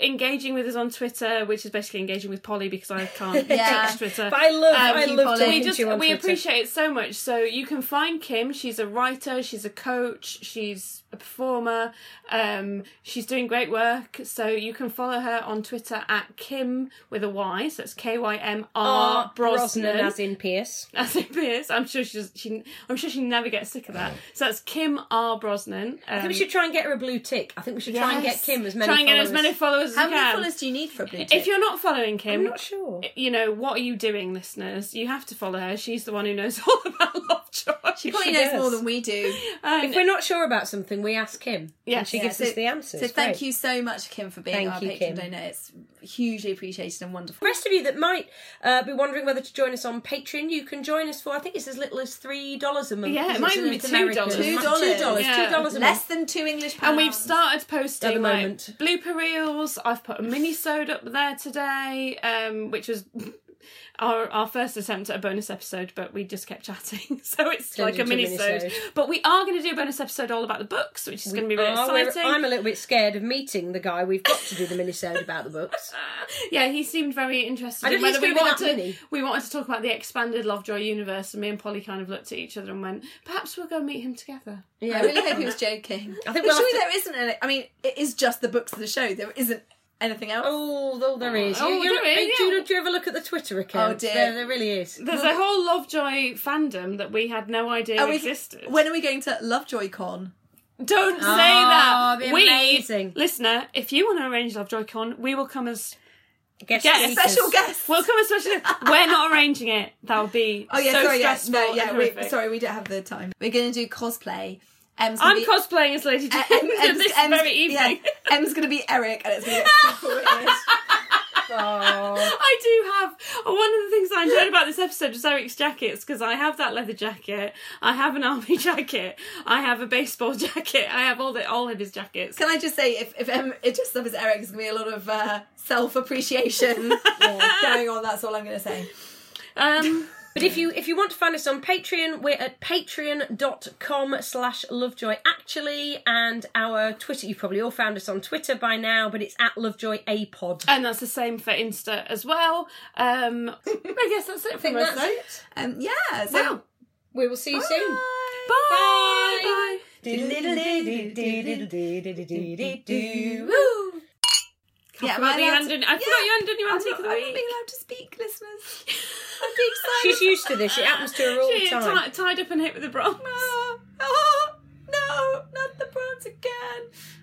[SPEAKER 3] engaging with us on Twitter, which is basically engaging with Polly because I can't
[SPEAKER 2] Yeah.
[SPEAKER 3] touch Twitter.
[SPEAKER 4] But I love,
[SPEAKER 3] Um,
[SPEAKER 4] I
[SPEAKER 2] you,
[SPEAKER 4] love
[SPEAKER 2] Polly.
[SPEAKER 4] talking
[SPEAKER 3] we just
[SPEAKER 4] to you on
[SPEAKER 3] we
[SPEAKER 4] Twitter.
[SPEAKER 3] appreciate it so much. So you can find Kim. She's a writer. She's a coach. She's a performer. Um, she's doing great work. So you can follow her on Twitter at Kim with a Y. So it's K Y M R
[SPEAKER 4] R.
[SPEAKER 3] Brosnan.
[SPEAKER 4] as in Pierce.
[SPEAKER 3] As it appears, I'm sure she's she. I'm sure she never gets sick of that. So that's Kim R Brosnan. Um,
[SPEAKER 4] I think we should try and get her a blue tick. I think we should try and get
[SPEAKER 2] Yes.
[SPEAKER 4] Kim as many
[SPEAKER 3] try and get
[SPEAKER 4] followers.
[SPEAKER 3] as many followers as
[SPEAKER 2] How
[SPEAKER 3] you
[SPEAKER 2] many
[SPEAKER 3] can.
[SPEAKER 2] followers do you need for a blue tick?
[SPEAKER 3] if you're not following Kim,
[SPEAKER 4] I'm not sure.
[SPEAKER 3] you know what are you doing, listeners? You have to follow her. She's the one who knows all about Lovejoy.
[SPEAKER 2] she probably
[SPEAKER 4] she
[SPEAKER 2] knows more
[SPEAKER 4] does.
[SPEAKER 2] than we do.
[SPEAKER 3] And-
[SPEAKER 4] If we're not sure about something, we ask Kim. Yeah,
[SPEAKER 3] Yes.
[SPEAKER 4] and she
[SPEAKER 3] Yeah,
[SPEAKER 4] gives us
[SPEAKER 2] so-
[SPEAKER 4] the answers.
[SPEAKER 2] So thank
[SPEAKER 4] Great.
[SPEAKER 2] you so much, Kim, for being
[SPEAKER 4] Thank
[SPEAKER 2] our
[SPEAKER 4] you,
[SPEAKER 2] patron
[SPEAKER 4] Kim.
[SPEAKER 2] donor. It's hugely appreciated and wonderful.
[SPEAKER 4] The rest of you that might uh, be wondering whether to join us on Patreon, you can join us for I think it's as little as three dollars a month.
[SPEAKER 3] Yeah, it
[SPEAKER 4] isn't
[SPEAKER 3] might
[SPEAKER 4] So
[SPEAKER 3] even be
[SPEAKER 4] it's American.
[SPEAKER 3] $2.
[SPEAKER 4] It might be
[SPEAKER 2] $2.
[SPEAKER 4] two dollars,
[SPEAKER 3] Yeah.
[SPEAKER 4] two dollars a
[SPEAKER 2] Less
[SPEAKER 4] month.
[SPEAKER 2] than two English pounds.
[SPEAKER 3] And we've started posting
[SPEAKER 4] At the moment.
[SPEAKER 3] like blooper reels. I've put a mini sode up there today, um, which was our our first attempt at a bonus episode, but we just kept chatting, so it's
[SPEAKER 4] Turned
[SPEAKER 3] like a
[SPEAKER 4] into a
[SPEAKER 3] mini sode.
[SPEAKER 4] minisode.
[SPEAKER 3] But we are going to do a bonus episode all about the books, which is going to be really
[SPEAKER 4] Oh, we're-
[SPEAKER 3] exciting.
[SPEAKER 4] I'm a little bit scared of meeting the guy we've got to do the minisode about the books.
[SPEAKER 3] yeah, he seemed very interested.
[SPEAKER 4] I don't
[SPEAKER 3] in
[SPEAKER 4] think
[SPEAKER 3] whether we
[SPEAKER 4] it's gonna
[SPEAKER 3] wanted
[SPEAKER 4] be
[SPEAKER 3] to
[SPEAKER 4] that many.
[SPEAKER 3] we wanted to talk about the expanded Lovejoy universe, and me and Polly kind of looked at each other and went, perhaps we'll go meet him together.
[SPEAKER 2] I really hope he was joking. I
[SPEAKER 4] think
[SPEAKER 2] think
[SPEAKER 4] we'll
[SPEAKER 2] surely
[SPEAKER 4] have
[SPEAKER 2] there isn't. Any, I mean, it is just the books of the show. There isn't anything else.
[SPEAKER 4] Oh, though there is.
[SPEAKER 3] Oh,
[SPEAKER 4] you,
[SPEAKER 3] there is,
[SPEAKER 4] Do, you,
[SPEAKER 3] yeah.
[SPEAKER 4] do you ever look at the Twitter account?
[SPEAKER 2] Oh, dear.
[SPEAKER 4] There, there really is.
[SPEAKER 3] There's a whole Lovejoy fandom that we had no idea
[SPEAKER 4] Oh,
[SPEAKER 2] And we-
[SPEAKER 3] Oh, existed.
[SPEAKER 2] When are we going to Lovejoy Con?
[SPEAKER 3] Don't say
[SPEAKER 4] Oh,
[SPEAKER 3] that.
[SPEAKER 4] it'd be
[SPEAKER 3] we,
[SPEAKER 4] amazing.
[SPEAKER 3] listener, if you want to arrange Lovejoy Con, we will come as
[SPEAKER 4] Guest
[SPEAKER 3] Yes.
[SPEAKER 4] speakers.
[SPEAKER 2] Special guest.
[SPEAKER 3] we'll come as special. We're not arranging it. That would be
[SPEAKER 2] oh yeah,
[SPEAKER 3] so
[SPEAKER 2] sorry, yeah,
[SPEAKER 3] stressful.
[SPEAKER 2] no,
[SPEAKER 3] and
[SPEAKER 2] yeah. We,
[SPEAKER 3] horrific.
[SPEAKER 2] sorry, we don't have the time. We're going to do cosplay. Em's gonna
[SPEAKER 3] I'm
[SPEAKER 2] be-
[SPEAKER 3] cosplaying as Lady James
[SPEAKER 2] Em- Em's-
[SPEAKER 3] this
[SPEAKER 2] Em's-
[SPEAKER 3] very evening.
[SPEAKER 2] Yeah, Em's going to be Eric, and it's going to be super weird.
[SPEAKER 4] Oh.
[SPEAKER 3] I do have oh, one of the things I enjoyed about this episode was Eric's jackets because I have that leather jacket, I have an army jacket, I have a baseball jacket, I have all the all of his jackets.
[SPEAKER 2] Can I just say, if if Em it just up as Eric, there's going to be a lot of uh, self appreciation going on. That's all I'm going to say.
[SPEAKER 3] Um,
[SPEAKER 4] But if you if you want to find us on Patreon, we're at patreon.com slash lovejoy actually and our Twitter you probably all found us on Twitter by now, but it's at lovejoy apod.
[SPEAKER 3] and that's the same for Insta as well. Um, I guess that's
[SPEAKER 4] I
[SPEAKER 3] it
[SPEAKER 4] think
[SPEAKER 3] from us.
[SPEAKER 4] that's
[SPEAKER 3] though.
[SPEAKER 4] it.
[SPEAKER 2] Um, yeah. So
[SPEAKER 4] Well, we will see you soon.
[SPEAKER 2] Ah.
[SPEAKER 3] Bye. Bye.
[SPEAKER 4] Woo.
[SPEAKER 3] Yeah,
[SPEAKER 2] Yeah, am
[SPEAKER 3] forgot
[SPEAKER 2] I
[SPEAKER 3] that you
[SPEAKER 2] allowed
[SPEAKER 3] hadn't
[SPEAKER 2] to-
[SPEAKER 3] done- I forgot you hadn't done your
[SPEAKER 2] I'm
[SPEAKER 3] antique
[SPEAKER 2] not,
[SPEAKER 3] of the
[SPEAKER 2] I'm not
[SPEAKER 3] week.
[SPEAKER 2] being allowed to speak, listeners. I'm being silent.
[SPEAKER 4] She's used to this, it happens to her all the
[SPEAKER 3] She
[SPEAKER 4] time.
[SPEAKER 3] ti- tied up and hit with a bronze.
[SPEAKER 2] Ah. Oh,